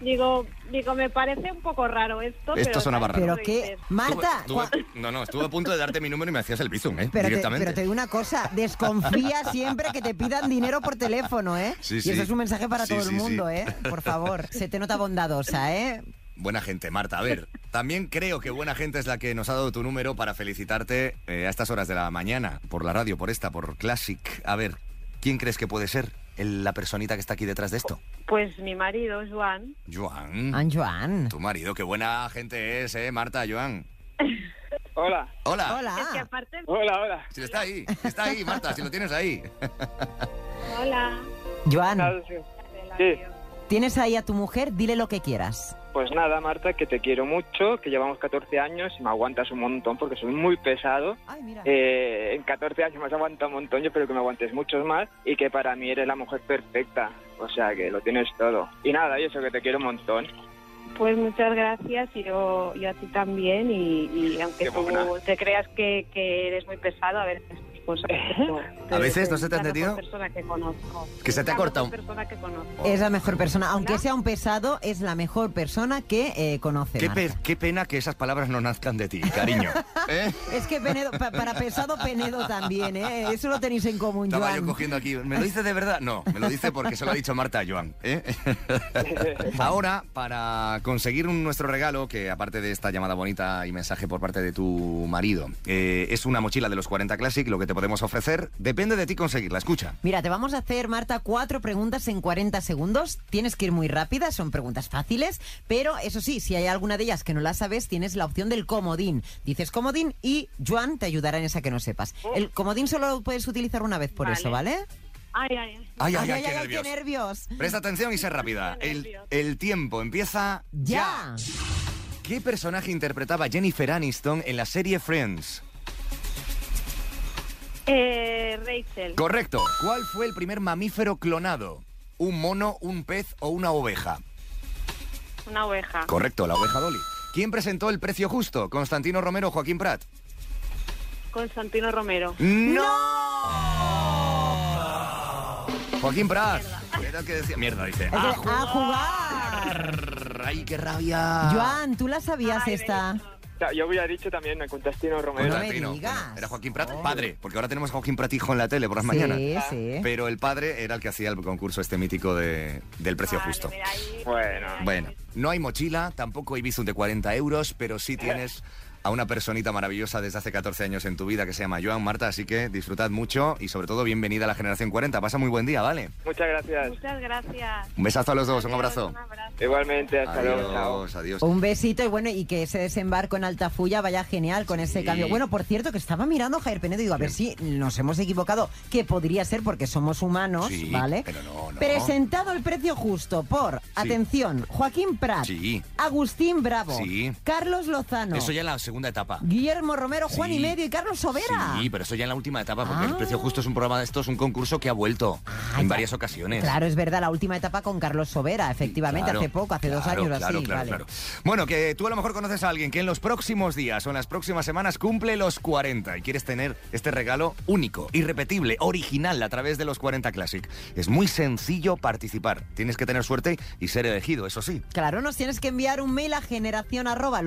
[SPEAKER 13] Digo, digo, me parece un poco raro esto.
[SPEAKER 2] Esto
[SPEAKER 13] pero
[SPEAKER 2] sonaba
[SPEAKER 13] también
[SPEAKER 2] raro.
[SPEAKER 13] lo
[SPEAKER 2] ¿Pero
[SPEAKER 13] dices.
[SPEAKER 2] Estuve- estuve- no, no, estuve a punto de darte mi número y me hacías el bizum, ¿eh?
[SPEAKER 4] Pero te,
[SPEAKER 2] directamente.
[SPEAKER 4] pero te digo una cosa, desconfía siempre que te pidan dinero por teléfono, ¿eh?
[SPEAKER 2] Sí,
[SPEAKER 4] Y
[SPEAKER 2] sí.
[SPEAKER 4] eso es un mensaje para
[SPEAKER 2] Sí,
[SPEAKER 4] todo
[SPEAKER 2] sí,
[SPEAKER 4] el mundo,
[SPEAKER 2] sí.
[SPEAKER 4] ¿eh? Por favor, se te nota bondadosa, ¿eh?
[SPEAKER 2] Buena gente, Marta. A ver, también creo que buena gente es la que nos ha dado tu número para felicitarte eh, a estas horas de la mañana, por la radio, por esta, por Classic. A ver, ¿quién crees que puede ser el- la personita que está aquí detrás de esto?
[SPEAKER 13] Pues mi marido, Juan.
[SPEAKER 2] Joan.
[SPEAKER 4] Joan.
[SPEAKER 2] Tu marido, qué buena gente es, ¿eh, Marta, Joan?
[SPEAKER 12] Hola.
[SPEAKER 2] Hola.
[SPEAKER 13] Es
[SPEAKER 4] Ah.
[SPEAKER 13] que aparte...
[SPEAKER 12] Hola, hola.
[SPEAKER 2] Si está ahí, está ahí, Marta, si lo tienes ahí.
[SPEAKER 13] Hola.
[SPEAKER 4] Joan,
[SPEAKER 12] Sí,
[SPEAKER 4] tienes ahí a tu mujer, dile lo que quieras.
[SPEAKER 12] pues nada, Marta, que te quiero mucho, que llevamos 14 años y me aguantas un montón porque soy muy pesado. Eh, en 14 años me has aguantado un montón, yo espero que me aguantes muchos más y que para mí eres la mujer perfecta.
[SPEAKER 7] Ah,
[SPEAKER 12] O sea, que lo tienes todo. Y nada, y eso que te quiero un montón.
[SPEAKER 13] Pues muchas gracias, y yo, yo a ti también, y, y aunque
[SPEAKER 12] Qué
[SPEAKER 13] tú
[SPEAKER 12] mona.
[SPEAKER 13] te creas que, que eres muy pesado, a veces pues, esto-
[SPEAKER 2] A veces, ¿no
[SPEAKER 13] es
[SPEAKER 2] se te ha
[SPEAKER 13] la mejor
[SPEAKER 2] entendido?
[SPEAKER 13] persona que conozco.
[SPEAKER 2] Que se te ha
[SPEAKER 13] La mejor
[SPEAKER 2] cortado.
[SPEAKER 13] persona que conozco.
[SPEAKER 4] Es la mejor persona, aunque sea un pesado, es la mejor persona que eh, conoce.
[SPEAKER 2] Qué,
[SPEAKER 4] Marta.
[SPEAKER 2] pe- qué pena que esas palabras no nazcan de ti, cariño.
[SPEAKER 4] Es que Penedo, pa- para pesado, Penedo también, ¿eh? Eso lo tenéis en común,
[SPEAKER 2] Estaba yo
[SPEAKER 4] Joan.
[SPEAKER 2] cogiendo aquí. ¿Me lo dice de verdad? No, me lo dice porque se lo ha dicho Marta a Joan. ¿eh? Ahora, para conseguir un- nuestro regalo, que aparte de esta llamada bonita y mensaje por parte de tu marido, eh, es una mochila de los 40 Classic, lo que te podemos ofrecer, depende de ti conseguirla. Escucha.
[SPEAKER 4] Mira, te vamos a hacer, Marta, cuatro preguntas en 40 segundos. Tienes que ir muy rápida, son preguntas fáciles, pero eso sí, si hay alguna de ellas que no la sabes, tienes la opción del comodín. Dices comodín y Joan te ayudará en esa que no sepas. El comodín solo lo puedes utilizar una vez por
[SPEAKER 13] Vale.
[SPEAKER 4] eso, ¿vale?
[SPEAKER 13] Ay, ay, ay.
[SPEAKER 2] Ay, ay, ay, qué nervios.
[SPEAKER 4] nervios.
[SPEAKER 2] Presta atención y sé rápida. El, el tiempo empieza ya. ¿Qué personaje interpretaba Jennifer Aniston en la serie Friends?
[SPEAKER 13] Eh, Rachel.
[SPEAKER 2] Correcto. ¿Cuál fue el primer mamífero clonado? ¿Un mono, un pez o una oveja?
[SPEAKER 13] Una oveja.
[SPEAKER 2] Correcto, la oveja Dolly. ¿Quién presentó el precio justo? ¿Constantino Romero o Joaquín Prat?
[SPEAKER 13] Constantino Romero.
[SPEAKER 2] Joaquín Prat. Era el que decía. Mierda, dice.
[SPEAKER 4] Es de-
[SPEAKER 2] "Ah,
[SPEAKER 4] a jugar.
[SPEAKER 2] ¡Ay, qué rabia!
[SPEAKER 4] Joan, tú la sabías esta.
[SPEAKER 12] O sea, yo hubiera dicho también a Constantino Romero.
[SPEAKER 2] Constantino. Bueno, Era Joaquín Prat, padre, porque ahora tenemos a Joaquín Prat hijo en la tele por las mañanas.
[SPEAKER 4] Oh. sí.
[SPEAKER 2] Pero el padre era el que hacía el concurso este mítico de, del precio justo.
[SPEAKER 12] Bueno.
[SPEAKER 2] Bueno, no hay mochila, tampoco hay visum de 40 euros, pero sí tienes a una personita maravillosa desde hace 14 años en tu vida que se llama Joan Marta, así que disfrutad mucho y sobre todo bienvenida a la generación 40. Pasa muy buen día, ¿vale?
[SPEAKER 12] Muchas gracias.
[SPEAKER 13] Muchas gracias.
[SPEAKER 2] Un besazo a los dos, un abrazo.
[SPEAKER 12] Igualmente, hasta luego. chao.
[SPEAKER 2] Adiós, adiós.
[SPEAKER 4] Un besito y bueno, y que ese desembarco en Altafulla vaya genial con ese cambio. Bueno, por cierto, que estaba mirando Javier Penedo y digo, a ver si nos hemos equivocado, que podría ser porque somos humanos,
[SPEAKER 2] Sí,
[SPEAKER 4] ¿vale?
[SPEAKER 2] pero no, no.
[SPEAKER 4] Presentado el precio justo por, atención, Joaquín Prat,
[SPEAKER 2] Sí.
[SPEAKER 4] Agustín Bravo,
[SPEAKER 2] Sí.
[SPEAKER 4] Carlos Lozano,
[SPEAKER 2] Eso ya en la segunda etapa.
[SPEAKER 4] Guillermo Romero, Juan
[SPEAKER 2] Sí.
[SPEAKER 4] y Medio y Carlos Sobera. Ah.
[SPEAKER 2] Sí, pero eso ya en la última etapa, porque el precio justo es un programa de estos, un concurso que ha vuelto en varias ocasiones.
[SPEAKER 4] Claro, es verdad, la última etapa con Carlos Sobera, efectivamente,
[SPEAKER 2] Claro,
[SPEAKER 4] hace poco, hace dos
[SPEAKER 2] claro,
[SPEAKER 4] años
[SPEAKER 2] claro,
[SPEAKER 4] así.
[SPEAKER 2] claro,
[SPEAKER 4] vale.
[SPEAKER 2] claro. Bueno, que tú a lo mejor conoces a alguien que en los próximos días o en las próximas semanas cumple los 40 y quieres tener este regalo único, irrepetible, original a través de los 40 Classic. Es muy sencillo participar. Tienes que tener suerte y ser elegido, eso sí.
[SPEAKER 4] Claro, nos tienes que enviar un mail a generación arroba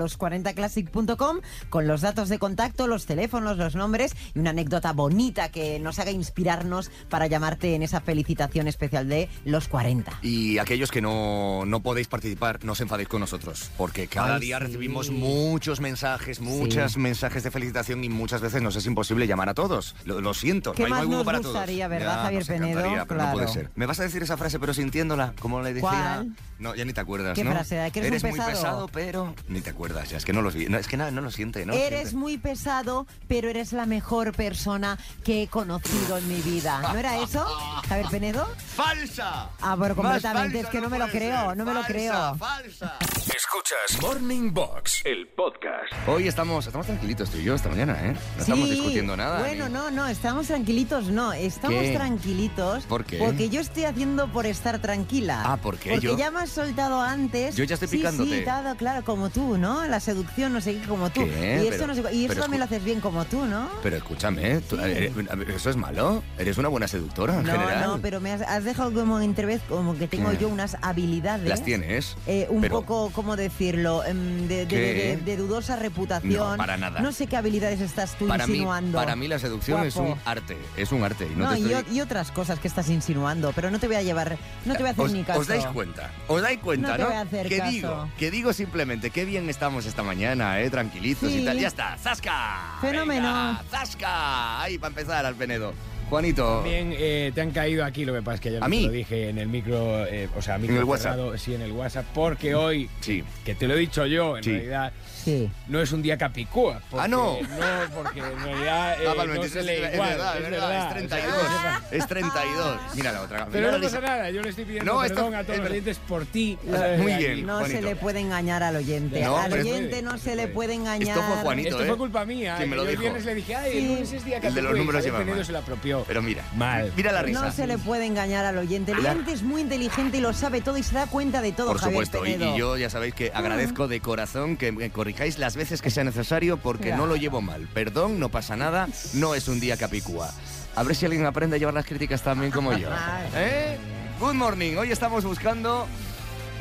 [SPEAKER 4] los40classic.com con los datos de contacto, los teléfonos, los nombres y una anécdota bonita que nos haga inspirarnos para llamarte en esa felicitación especial de los 40.
[SPEAKER 2] Y aquellos que no, no podéis participar, no os enfadéis con nosotros, porque cada
[SPEAKER 1] Ay,
[SPEAKER 2] día
[SPEAKER 1] sí.
[SPEAKER 2] recibimos muchos mensajes, muchos mensajes de felicitación y muchas veces nos es imposible llamar a todos. Lo, lo siento,
[SPEAKER 4] ¿Qué
[SPEAKER 2] no hay- no
[SPEAKER 4] más
[SPEAKER 2] hay huevo
[SPEAKER 4] nos
[SPEAKER 2] para
[SPEAKER 4] gustaría,
[SPEAKER 2] todos.
[SPEAKER 4] verdad, Javier
[SPEAKER 2] nos
[SPEAKER 4] Penedo?
[SPEAKER 2] encantaría, pero
[SPEAKER 4] Claro.
[SPEAKER 2] no puede ser. Me vas a decir esa frase, pero sintiéndola, como le decía...
[SPEAKER 4] ¿Cuál?
[SPEAKER 2] No, ya ni te acuerdas,
[SPEAKER 4] ¿Qué
[SPEAKER 2] ¿no?
[SPEAKER 4] frase? ¿Que eres un
[SPEAKER 2] muy
[SPEAKER 4] pesado?
[SPEAKER 2] pesado, pero... Ni te acuerdas ya, es que no lo, no, es que nada, no lo siente, ¿no? lo
[SPEAKER 4] eres
[SPEAKER 2] siente.
[SPEAKER 4] muy pesado, pero eres la mejor persona que he conocido en mi vida. ¿No era eso, Javier Penedo?
[SPEAKER 2] ¡Falsa!
[SPEAKER 4] Ah, pero
[SPEAKER 1] Más
[SPEAKER 4] completamente, es
[SPEAKER 1] falsa
[SPEAKER 4] que no me lo
[SPEAKER 1] puede
[SPEAKER 4] creo,
[SPEAKER 1] ser.
[SPEAKER 4] no me lo
[SPEAKER 1] Falsa,
[SPEAKER 4] creo.
[SPEAKER 2] falsa.
[SPEAKER 1] Escuchas Morning Box, el podcast.
[SPEAKER 2] Hoy estamos, estamos tranquilitos tú y yo esta mañana, ¿eh? No estamos
[SPEAKER 4] Sí.
[SPEAKER 2] discutiendo nada.
[SPEAKER 4] Bueno,
[SPEAKER 2] ni-
[SPEAKER 4] no, no, estamos tranquilitos, no, estamos
[SPEAKER 2] ¿Qué?
[SPEAKER 4] tranquilitos.
[SPEAKER 2] ¿Por qué?
[SPEAKER 4] Porque yo estoy haciendo por estar tranquila.
[SPEAKER 2] Ah, ¿por qué?
[SPEAKER 4] Porque
[SPEAKER 2] Yo-
[SPEAKER 4] ya me has soltado antes.
[SPEAKER 2] Yo ya estoy
[SPEAKER 4] Sí,
[SPEAKER 2] picándote.
[SPEAKER 4] Sí, dado, claro, como tú, ¿no? La seducción, no sé qué, como tú.
[SPEAKER 2] ¿Qué?
[SPEAKER 4] Y esto
[SPEAKER 2] Pero-
[SPEAKER 4] no sé cu- y
[SPEAKER 2] pero
[SPEAKER 4] eso también
[SPEAKER 2] escu-
[SPEAKER 4] lo haces bien como tú, ¿no?
[SPEAKER 2] Pero escúchame, tú- eh, eh, ¿eso es malo? ¿Eres una buena seductora en
[SPEAKER 4] no,
[SPEAKER 2] general?
[SPEAKER 4] no, pero me has, has dejado como en entrevez como que tengo
[SPEAKER 2] ¿Qué?
[SPEAKER 4] yo unas habilidades.
[SPEAKER 2] Las tienes.
[SPEAKER 4] eh, un
[SPEAKER 2] pero-
[SPEAKER 4] poco, ¿cómo decirlo? Em, De, de-
[SPEAKER 2] ¿Qué?
[SPEAKER 4] de- de dudosa reputación.
[SPEAKER 2] No, para nada.
[SPEAKER 4] No sé qué habilidades estás tú
[SPEAKER 2] Para mí,
[SPEAKER 4] insinuando.
[SPEAKER 2] para mí la seducción es
[SPEAKER 4] Guapo.
[SPEAKER 2] un arte, es un arte. Y no,
[SPEAKER 4] No,
[SPEAKER 2] te
[SPEAKER 4] y,
[SPEAKER 2] estoy-
[SPEAKER 4] o- y otras cosas que estás insinuando, pero no te voy a llevar, no te voy a hacer
[SPEAKER 2] os,
[SPEAKER 4] ni caso.
[SPEAKER 2] os dais cuenta, os dais cuenta,
[SPEAKER 4] No
[SPEAKER 2] ¿no?
[SPEAKER 4] te voy a hacer
[SPEAKER 2] que
[SPEAKER 4] caso.
[SPEAKER 2] digo, que digo simplemente, qué bien estamos esta mañana, eh, tranquilitos
[SPEAKER 4] Sí.
[SPEAKER 2] y tal. Ya está, zasca.
[SPEAKER 4] Fenómeno.
[SPEAKER 2] Venga, zasca. Ahí para empezar al Penedo. Juanito.
[SPEAKER 5] También eh, te han caído aquí, lo que pasa es que ya
[SPEAKER 2] ¿A
[SPEAKER 5] no te
[SPEAKER 2] mí?
[SPEAKER 5] lo dije en el micro, eh, o sea, micro
[SPEAKER 2] el WhatsApp.
[SPEAKER 5] cerrado, sí, en el WhatsApp, porque hoy,
[SPEAKER 2] sí.
[SPEAKER 5] que te lo he dicho yo, en
[SPEAKER 2] Sí.
[SPEAKER 5] realidad,
[SPEAKER 4] Sí.
[SPEAKER 5] no es un día capicúa.
[SPEAKER 2] Ah, no.
[SPEAKER 5] No, porque en realidad. eh,
[SPEAKER 2] Ah, vale,
[SPEAKER 5] no
[SPEAKER 2] 26,
[SPEAKER 5] se lee
[SPEAKER 2] es
[SPEAKER 5] igual,
[SPEAKER 2] verdad, es verdad, es 32.
[SPEAKER 5] O sea,
[SPEAKER 2] Es 32. Mira la otra. mira
[SPEAKER 5] pero
[SPEAKER 2] la
[SPEAKER 5] no pasa
[SPEAKER 2] risa.
[SPEAKER 5] nada, yo le estoy pidiendo
[SPEAKER 2] No, esto-
[SPEAKER 5] perdón a todos
[SPEAKER 2] es
[SPEAKER 5] los
[SPEAKER 2] verdad.
[SPEAKER 5] clientes por ti.
[SPEAKER 2] O sea,
[SPEAKER 5] eh,
[SPEAKER 2] muy
[SPEAKER 5] aquí.
[SPEAKER 2] bien.
[SPEAKER 4] No se
[SPEAKER 2] Juanito.
[SPEAKER 4] le puede engañar al oyente.
[SPEAKER 2] No,
[SPEAKER 4] al
[SPEAKER 2] pero es-
[SPEAKER 4] oyente no se le puede engañar.
[SPEAKER 2] Esto fue Juanito,
[SPEAKER 5] Esto
[SPEAKER 2] ¿eh?
[SPEAKER 5] fue culpa mía.
[SPEAKER 2] ¿Quién me
[SPEAKER 5] que
[SPEAKER 2] lo
[SPEAKER 5] yo el
[SPEAKER 2] dijo?
[SPEAKER 5] viernes le dije, ay,
[SPEAKER 4] Sí.
[SPEAKER 5] el lunes es día capicúa.
[SPEAKER 2] El de los
[SPEAKER 5] y
[SPEAKER 2] números
[SPEAKER 5] Javier
[SPEAKER 2] lleva
[SPEAKER 5] Penedo
[SPEAKER 2] mal.
[SPEAKER 5] se la apropió.
[SPEAKER 2] Pero mira,
[SPEAKER 5] Mal.
[SPEAKER 2] mira la risa.
[SPEAKER 4] No se le puede engañar al oyente. El
[SPEAKER 2] La-
[SPEAKER 4] oyente es muy inteligente y lo sabe todo y se da cuenta de todo,
[SPEAKER 2] Por
[SPEAKER 4] Javier
[SPEAKER 2] supuesto, y,
[SPEAKER 4] Penedo.
[SPEAKER 2] y yo ya sabéis que agradezco de corazón que me corrijáis las veces que sea necesario porque no lo llevo mal. Perdón, no pasa nada, no es un día capicúa. A ver si alguien aprende a llevar las críticas también como yo. ¿Eh? Good morning, hoy estamos buscando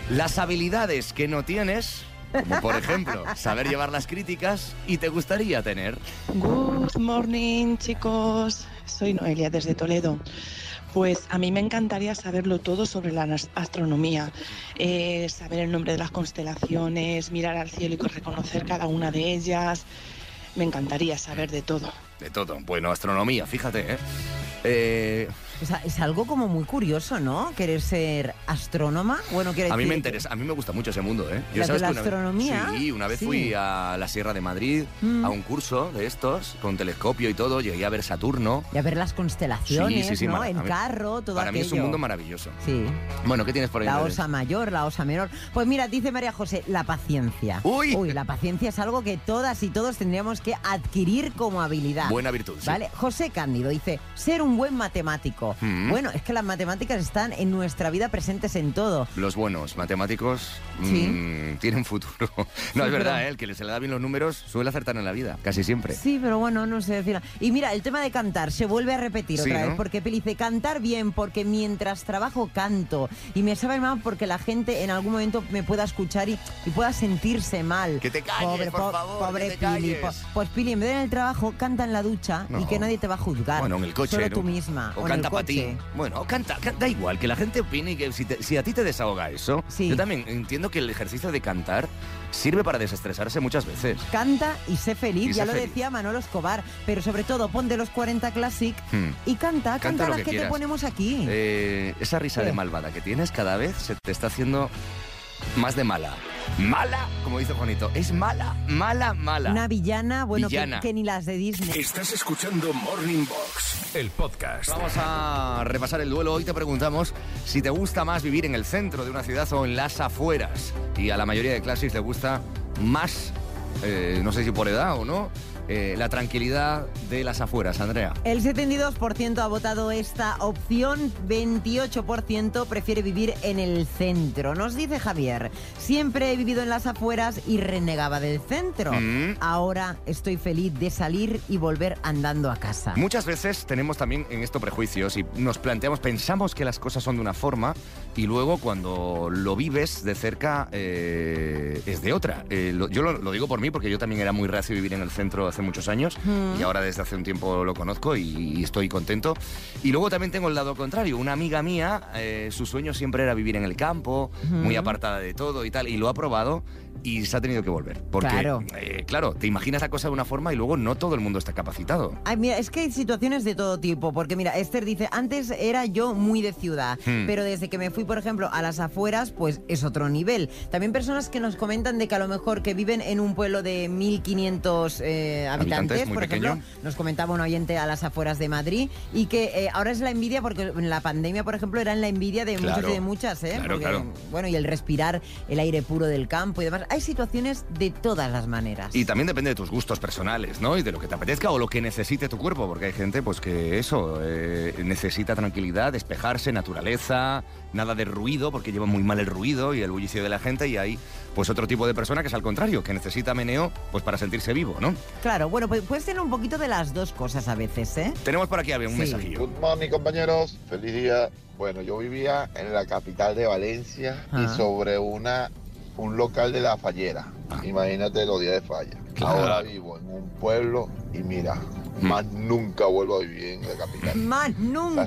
[SPEAKER 2] las habilidades que no tienes, como por ejemplo saber llevar las críticas y te gustaría tener.
[SPEAKER 9] Good morning, chicos. Soy Noelia desde Toledo. Pues a mí me encantaría saberlo todo sobre la nas- astronomía, Eh, saber el nombre de las constelaciones, mirar al cielo y co- reconocer cada una de ellas. Me encantaría saber de todo.
[SPEAKER 2] De todo. Bueno, astronomía, fíjate, ¿eh? Eh,
[SPEAKER 4] O sea, es algo como muy curioso, ¿no? Querer ser astrónoma. Bueno, quiero
[SPEAKER 2] A mí
[SPEAKER 4] decir
[SPEAKER 2] me
[SPEAKER 4] que-
[SPEAKER 2] interesa, a mí me gusta mucho ese mundo, ¿eh?
[SPEAKER 4] ¿La de la
[SPEAKER 2] que una vez-
[SPEAKER 4] astronomía?
[SPEAKER 2] sí, una vez
[SPEAKER 4] Sí.
[SPEAKER 2] fui a la Sierra de Madrid
[SPEAKER 4] Mm.
[SPEAKER 2] a un curso de estos con telescopio y todo, llegué a ver Saturno.
[SPEAKER 4] Y a ver las constelaciones,
[SPEAKER 2] Sí, sí, sí,
[SPEAKER 4] ¿no?
[SPEAKER 2] mara-
[SPEAKER 4] En
[SPEAKER 2] a mí-
[SPEAKER 4] carro, todo
[SPEAKER 2] Para mí es un
[SPEAKER 4] aquello.
[SPEAKER 2] mundo maravilloso.
[SPEAKER 4] Sí.
[SPEAKER 2] Bueno, ¿qué tienes por ahí?
[SPEAKER 4] La
[SPEAKER 2] Andrés?
[SPEAKER 4] osa mayor, la osa menor. Pues mira, dice María José, la paciencia.
[SPEAKER 2] Uy.
[SPEAKER 4] la paciencia es algo que todas y todos tendríamos que adquirir como habilidad.
[SPEAKER 2] Buena virtud, sí.
[SPEAKER 4] Vale, José Cándido dice, ser un buen matemático.
[SPEAKER 2] Mm.
[SPEAKER 4] Bueno, es que las matemáticas están en nuestra vida presentes en todo.
[SPEAKER 2] Los buenos matemáticos
[SPEAKER 4] Sí.
[SPEAKER 2] mm, tienen futuro.
[SPEAKER 4] Sí,
[SPEAKER 2] no, es verdad,
[SPEAKER 4] pero-
[SPEAKER 2] ¿eh? el que se le da bien los números suele acertar en la vida, casi siempre.
[SPEAKER 4] Sí, pero bueno, no sé. al final. Y mira, el tema de cantar se vuelve a repetir
[SPEAKER 2] Sí,
[SPEAKER 4] otra vez.
[SPEAKER 2] ¿no?
[SPEAKER 4] Porque Peli dice, cantar bien, porque mientras trabajo canto. Y me sabe mal porque la gente en algún momento me pueda escuchar y, y pueda sentirse mal.
[SPEAKER 2] Que te calles, por favor,
[SPEAKER 4] Pobre
[SPEAKER 2] que te
[SPEAKER 4] Pili.
[SPEAKER 2] calles.
[SPEAKER 4] Po- Pues Pili, en vez de en el trabajo, canta en la ducha y
[SPEAKER 2] No.
[SPEAKER 4] que nadie te va a juzgar.
[SPEAKER 2] Bueno, en el coche,
[SPEAKER 4] Solo
[SPEAKER 2] ¿no?
[SPEAKER 4] tú misma. Ah,
[SPEAKER 2] O
[SPEAKER 4] en el
[SPEAKER 2] canta o a ti. Bueno, canta, ca- da igual, que la gente opine y que si, te- si a ti te desahoga eso. Yo también entiendo que el ejercicio de cantar sirve para desestresarse muchas veces.
[SPEAKER 4] Canta y sé feliz,
[SPEAKER 2] Y
[SPEAKER 4] ya
[SPEAKER 2] sé
[SPEAKER 4] lo
[SPEAKER 2] feliz.
[SPEAKER 4] decía Manolo Escobar, pero sobre todo ponte los 40 Classic
[SPEAKER 2] Hmm.
[SPEAKER 4] y canta, canta,
[SPEAKER 2] Canta lo
[SPEAKER 4] las
[SPEAKER 2] que
[SPEAKER 4] que, te
[SPEAKER 2] quieras.
[SPEAKER 4] ponemos aquí.
[SPEAKER 2] Eh, esa risa de
[SPEAKER 4] ¿Qué?
[SPEAKER 2] malvada que tienes cada vez se te está haciendo más de mala. Mala, como dice Juanito, es mala, mala, mala.
[SPEAKER 4] Una villana, bueno, que,
[SPEAKER 2] Villana.
[SPEAKER 4] que ni las de Disney.
[SPEAKER 1] Estás escuchando Morning Box, el podcast.
[SPEAKER 2] Vamos a repasar el duelo. Hoy te preguntamos si te gusta más vivir en el centro de una ciudad o en las afueras. Y a la mayoría de clases le gusta más, eh, no sé si por edad o no, eh, la tranquilidad de las afueras, Andrea.
[SPEAKER 4] El 72% ha votado esta opción, 28% prefiere vivir en el centro. Nos dice Javier, siempre he vivido en las afueras y renegaba del centro.
[SPEAKER 2] Mm.
[SPEAKER 4] Ahora estoy feliz de salir y volver andando a casa.
[SPEAKER 2] Muchas veces tenemos también en esto prejuicios y nos planteamos, pensamos que las cosas son de una forma y luego cuando lo vives de cerca eh, es de otra. Eh, lo- yo lo, lo digo por mí porque yo también era muy reacio a vivir en el centro hace muchos años
[SPEAKER 1] Mm.
[SPEAKER 2] y ahora desde hace un tiempo lo conozco y, y estoy contento. Y luego también tengo el lado contrario. Una amiga mía, eh, su sueño siempre era vivir en el campo, muy
[SPEAKER 1] Mm.
[SPEAKER 2] apartada de todo y tal, y lo ha probado. Y se ha tenido que volver. Porque,
[SPEAKER 4] Claro.
[SPEAKER 2] eh, claro, te imaginas la cosa de una forma y luego no todo el mundo está capacitado.
[SPEAKER 4] Ay, mira, es que hay situaciones de todo tipo, porque mira, Esther dice, antes era yo muy de ciudad,
[SPEAKER 2] Hmm.
[SPEAKER 4] pero desde que me fui, por ejemplo, a las afueras, pues es otro nivel. También personas que nos comentan de que a lo mejor que viven en un pueblo de 1.500 eh, habitantes,
[SPEAKER 2] Habitantes, muy
[SPEAKER 4] por ejemplo,
[SPEAKER 2] pequeño.
[SPEAKER 4] nos comentaba un oyente a las afueras de Madrid, y que eh, ahora es la envidia, porque en la pandemia, por ejemplo, era en la envidia de
[SPEAKER 2] Claro.
[SPEAKER 4] muchos y de muchas, ¿eh?
[SPEAKER 2] Claro,
[SPEAKER 4] Porque,
[SPEAKER 2] claro.
[SPEAKER 4] Bueno, y el respirar el aire puro del campo y demás. Hay situaciones de todas las maneras.
[SPEAKER 2] Y también depende de tus gustos personales, ¿no? Y de lo que te apetezca o lo que necesite tu cuerpo, porque hay gente, pues que eso, eh, necesita tranquilidad, despejarse, naturaleza, nada de ruido, porque lleva muy mal el ruido y el bullicio de la gente, y hay pues otro tipo de persona que es al contrario, que necesita meneo, pues para sentirse vivo, ¿no?
[SPEAKER 4] Claro, bueno, pues puedes tener un poquito de las dos cosas a veces, ¿eh?
[SPEAKER 2] Tenemos por aquí a ver, un
[SPEAKER 4] Sí.
[SPEAKER 2] mensajillo.
[SPEAKER 14] Good morning, compañeros. Feliz día. Bueno, yo vivía en la capital de Valencia
[SPEAKER 2] Ah.
[SPEAKER 14] y sobre una un local de la fallera. Imagínate los días de falla.
[SPEAKER 2] Claro.
[SPEAKER 14] Ahora vivo en un pueblo y mira, más nunca vuelvo a vivir en la capital.
[SPEAKER 4] Más nunca.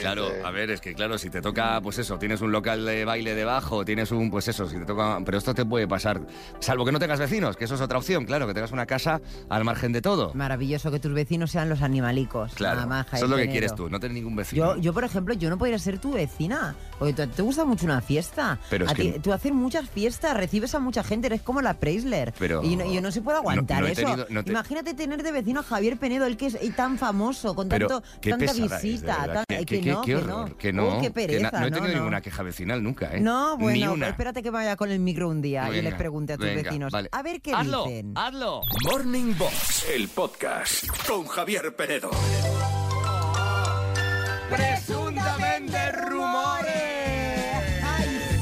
[SPEAKER 2] Claro, a ver, es que claro, si te toca, pues eso, tienes un local de baile debajo, tienes un, pues eso, si te toca, pero esto te puede pasar, salvo que no tengas vecinos, que eso es otra opción, claro, que tengas una casa al margen de todo.
[SPEAKER 4] Maravilloso que tus vecinos sean los animalicos.
[SPEAKER 2] Claro,
[SPEAKER 4] nada más,
[SPEAKER 2] eso es lo que
[SPEAKER 4] jardinero.
[SPEAKER 2] quieres tú, no tener ningún vecino.
[SPEAKER 4] Yo, yo, por ejemplo, yo no podría ser tu vecina. Porque te, te gusta mucho una fiesta.
[SPEAKER 2] Pero es
[SPEAKER 4] A ti-
[SPEAKER 2] que-
[SPEAKER 4] Tú haces muchas fiestas, recibes a mucha gente, eres como la Preisler.
[SPEAKER 2] Pero-
[SPEAKER 4] Y no- yo no se puede aguantar
[SPEAKER 2] no he
[SPEAKER 4] eso.
[SPEAKER 2] tenido- no te-
[SPEAKER 4] Imagínate tener de vecino a Javier Penedo, el que es y tan famoso, con
[SPEAKER 2] Pero
[SPEAKER 4] tanto,
[SPEAKER 2] qué
[SPEAKER 4] tanta
[SPEAKER 2] pesada es, de
[SPEAKER 4] visita.
[SPEAKER 2] verdad,
[SPEAKER 4] tan-
[SPEAKER 2] qué-
[SPEAKER 4] eh,
[SPEAKER 2] qué-
[SPEAKER 4] que
[SPEAKER 2] qué-
[SPEAKER 4] no,
[SPEAKER 2] qué
[SPEAKER 4] que
[SPEAKER 2] horror,
[SPEAKER 4] no.
[SPEAKER 2] que no.
[SPEAKER 4] Uy, qué
[SPEAKER 2] que na-
[SPEAKER 4] pereza.
[SPEAKER 2] no he tenido
[SPEAKER 4] no.
[SPEAKER 2] ninguna queja vecinal nunca, ¿eh?
[SPEAKER 4] No, bueno,
[SPEAKER 2] Ni
[SPEAKER 4] pero
[SPEAKER 2] una.
[SPEAKER 4] espérate que me vaya con el micro un día y
[SPEAKER 2] Venga,
[SPEAKER 4] les pregunte a tus
[SPEAKER 2] venga,
[SPEAKER 4] vecinos.
[SPEAKER 2] vale.
[SPEAKER 4] A ver qué
[SPEAKER 2] Hazlo, Ah.
[SPEAKER 4] dicen.
[SPEAKER 2] Hazlo.
[SPEAKER 1] Morning Box, el podcast con Javier Penedo.
[SPEAKER 2] Presuntamente rumores.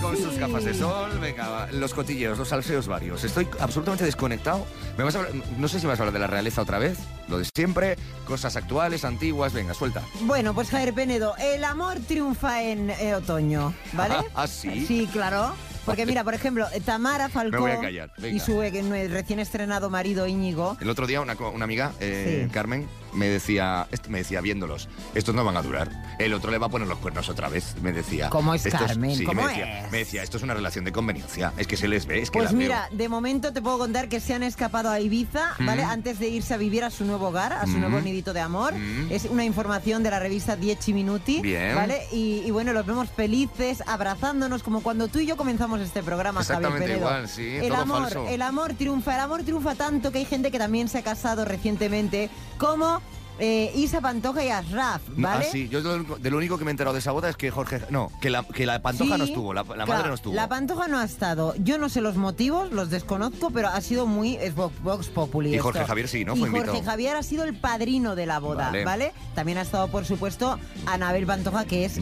[SPEAKER 2] Con sus gafas de sol, venga, va, los cotilleos, los salseos varios. Estoy absolutamente desconectado. Me vas a hablar- no sé si vas a hablar de la realeza otra vez, lo de siempre, cosas actuales, antiguas, venga, suelta.
[SPEAKER 4] Bueno, pues Javier Penedo, el amor triunfa en eh, otoño, ¿vale?
[SPEAKER 2] ¿Ah, sí?
[SPEAKER 4] Sí, claro. Porque mira, por ejemplo, eh, Tamara Falcón
[SPEAKER 2] Me voy a callar, venga.
[SPEAKER 4] y su eh, eh, recién estrenado marido Íñigo.
[SPEAKER 2] El otro día una, co- una amiga, eh,
[SPEAKER 4] Sí.
[SPEAKER 2] Carmen, me decía, est- me decía viéndolos, estos no van a durar. El otro le va a poner los cuernos otra vez, me decía.
[SPEAKER 4] ¿Cómo es
[SPEAKER 2] "Estos-"
[SPEAKER 4] Carmen?
[SPEAKER 2] sí,
[SPEAKER 4] ¿Cómo
[SPEAKER 2] me decía,
[SPEAKER 4] es?
[SPEAKER 2] me decía, esto es una relación de conveniencia. Es que se les ve, es que
[SPEAKER 4] Pues
[SPEAKER 2] las
[SPEAKER 4] mira, de momento te puedo contar que se han escapado a Ibiza, ¿vale?
[SPEAKER 2] Mm.
[SPEAKER 4] Antes de irse a vivir a su nuevo hogar, a su
[SPEAKER 2] Mm.
[SPEAKER 4] nuevo nidito de amor.
[SPEAKER 2] Mm.
[SPEAKER 4] Es una información de la revista Dieci Minuti,
[SPEAKER 2] Bien.
[SPEAKER 4] ¿vale? Y, y bueno, los vemos felices, abrazándonos, como cuando tú y yo comenzamos este programa,
[SPEAKER 2] Exactamente
[SPEAKER 4] Javier Penedo.
[SPEAKER 2] igual, sí,
[SPEAKER 4] el
[SPEAKER 2] todo
[SPEAKER 4] amor,
[SPEAKER 2] falso.
[SPEAKER 4] El amor triunfa, el amor triunfa tanto que hay gente que también se ha casado recientemente, como eh, Isa Pantoja y Asraf,
[SPEAKER 2] No,
[SPEAKER 4] ¿vale?
[SPEAKER 2] Ah, sí, yo de lo, de lo único que me he enterado de esa boda es que Jorge. No, que la, que la pantoja
[SPEAKER 4] Sí,
[SPEAKER 2] no estuvo, la, la
[SPEAKER 4] claro,
[SPEAKER 2] madre no estuvo.
[SPEAKER 4] La pantoja no ha estado. Yo no sé los motivos, los desconozco, pero ha sido muy es Vox Vox Populi.
[SPEAKER 2] Y
[SPEAKER 4] esto.
[SPEAKER 2] Jorge Javier sí, ¿no?
[SPEAKER 4] Y
[SPEAKER 2] Fue
[SPEAKER 4] Jorge
[SPEAKER 2] invitado.
[SPEAKER 4] Javier ha sido el padrino de la boda,
[SPEAKER 2] Vale.
[SPEAKER 4] ¿vale? También ha estado, por supuesto, Anabel Pantoja, que es su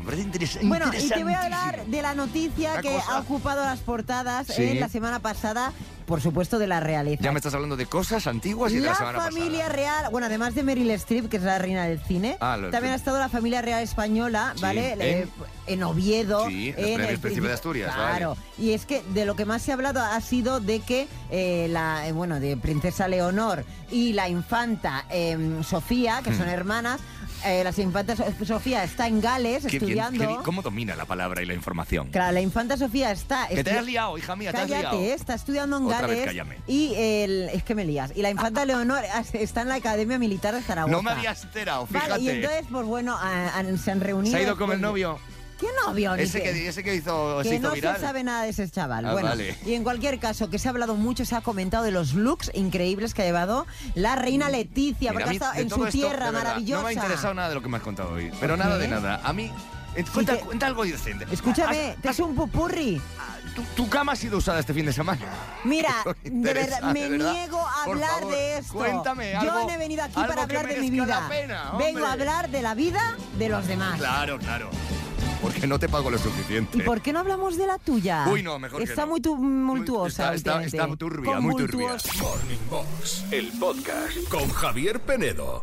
[SPEAKER 4] prima.
[SPEAKER 2] me parece interes-
[SPEAKER 4] Bueno, y te voy a
[SPEAKER 2] interesantísimo.
[SPEAKER 4] hablar de la noticia
[SPEAKER 2] Una
[SPEAKER 4] que
[SPEAKER 2] cosa.
[SPEAKER 4] ha ocupado las portadas
[SPEAKER 2] Sí.
[SPEAKER 4] eh, la semana pasada, por supuesto, de la realeza.
[SPEAKER 2] Ya me estás hablando de cosas antiguas y de la,
[SPEAKER 4] La
[SPEAKER 2] semana
[SPEAKER 4] familia
[SPEAKER 2] pasada.
[SPEAKER 4] real, bueno, además de Meryl Streep, que es la reina del cine,
[SPEAKER 2] Ah, lo-
[SPEAKER 4] también ha estado la familia real española,
[SPEAKER 2] Sí,
[SPEAKER 4] ¿vale?
[SPEAKER 2] ¿en?
[SPEAKER 4] Eh, en Oviedo,
[SPEAKER 2] Sí, en los
[SPEAKER 4] en
[SPEAKER 2] premios
[SPEAKER 4] el
[SPEAKER 2] Príncipe de Asturias, vale.
[SPEAKER 4] Claro, y es que de lo que más se ha hablado ha sido de que eh, la, eh, bueno, de princesa Leonor y la infanta eh, Sofía, que son
[SPEAKER 2] Hmm.
[SPEAKER 4] hermanas, eh, las infantas Sofía está en Gales
[SPEAKER 2] Qué bien,
[SPEAKER 4] estudiando.
[SPEAKER 2] qué bien. ¿Cómo domina la palabra y la información?
[SPEAKER 4] Claro, la infanta Sofía está.
[SPEAKER 2] Que te
[SPEAKER 4] estu-
[SPEAKER 2] has liado, hija mía, te has
[SPEAKER 4] Cállate,
[SPEAKER 2] liado.
[SPEAKER 4] eh, está estudiando en
[SPEAKER 2] Otra vez
[SPEAKER 4] Gales.
[SPEAKER 2] cállame.
[SPEAKER 4] Y el, es que me lías. Y la infanta Leonor as- está en la Academia Militar de Zaragoza.
[SPEAKER 2] No me habías enterado,
[SPEAKER 4] Vale,
[SPEAKER 2] fíjate.
[SPEAKER 4] y entonces, pues bueno, a- a- se han reunido.
[SPEAKER 2] ¿Se ha ido con
[SPEAKER 4] después
[SPEAKER 2] el
[SPEAKER 4] de-
[SPEAKER 2] novio?
[SPEAKER 4] ¿Qué novio? Ni
[SPEAKER 2] Ese
[SPEAKER 4] qué?
[SPEAKER 2] que, ese que hizo, se
[SPEAKER 4] que
[SPEAKER 2] hizo
[SPEAKER 4] no
[SPEAKER 2] viral.
[SPEAKER 4] se sabe nada de ese chaval.
[SPEAKER 2] Ah,
[SPEAKER 4] bueno,
[SPEAKER 2] vale.
[SPEAKER 4] y en cualquier caso, que se ha hablado mucho, se ha comentado de los looks increíbles que ha llevado la reina Leticia,
[SPEAKER 2] Mm. Mira, a
[SPEAKER 4] porque
[SPEAKER 2] mí
[SPEAKER 4] ha estado
[SPEAKER 2] de
[SPEAKER 4] en
[SPEAKER 2] todo
[SPEAKER 4] su
[SPEAKER 2] esto,
[SPEAKER 4] tierra
[SPEAKER 2] de verdad,
[SPEAKER 4] maravillosa.
[SPEAKER 2] No me ha interesado nada de lo que me has contado hoy. Pero nada de nada. A mí. eh, Cuenta, cuenta algo decente. Ah,
[SPEAKER 4] Escúchame, te es un pupurri.
[SPEAKER 2] Tu, tu cama ha sido usada este fin de semana.
[SPEAKER 4] Mira,
[SPEAKER 2] Eso me
[SPEAKER 4] de verdad,
[SPEAKER 2] interesa,
[SPEAKER 4] me
[SPEAKER 2] de verdad.
[SPEAKER 4] niego a
[SPEAKER 2] Por
[SPEAKER 4] hablar
[SPEAKER 2] favor,
[SPEAKER 4] de esto.
[SPEAKER 2] cuéntame
[SPEAKER 4] Yo
[SPEAKER 2] algo-
[SPEAKER 4] no he venido aquí
[SPEAKER 2] algo
[SPEAKER 4] para
[SPEAKER 2] que
[SPEAKER 4] hablar de mi
[SPEAKER 2] merezca la
[SPEAKER 4] vida.
[SPEAKER 2] pena, hombre.
[SPEAKER 4] Vengo a hablar de la vida de los demás.
[SPEAKER 2] Claro, claro. Porque no te pago lo suficiente.
[SPEAKER 4] Ah. ¿Y por qué no hablamos de la tuya?
[SPEAKER 2] Uy, no, mejor que
[SPEAKER 4] Está
[SPEAKER 2] no.
[SPEAKER 4] muy tu- multuosa.
[SPEAKER 2] Está, está,
[SPEAKER 4] últimamente.
[SPEAKER 2] está turbia, muy turbia.
[SPEAKER 1] Morning Box, el podcast con Javier Penedo.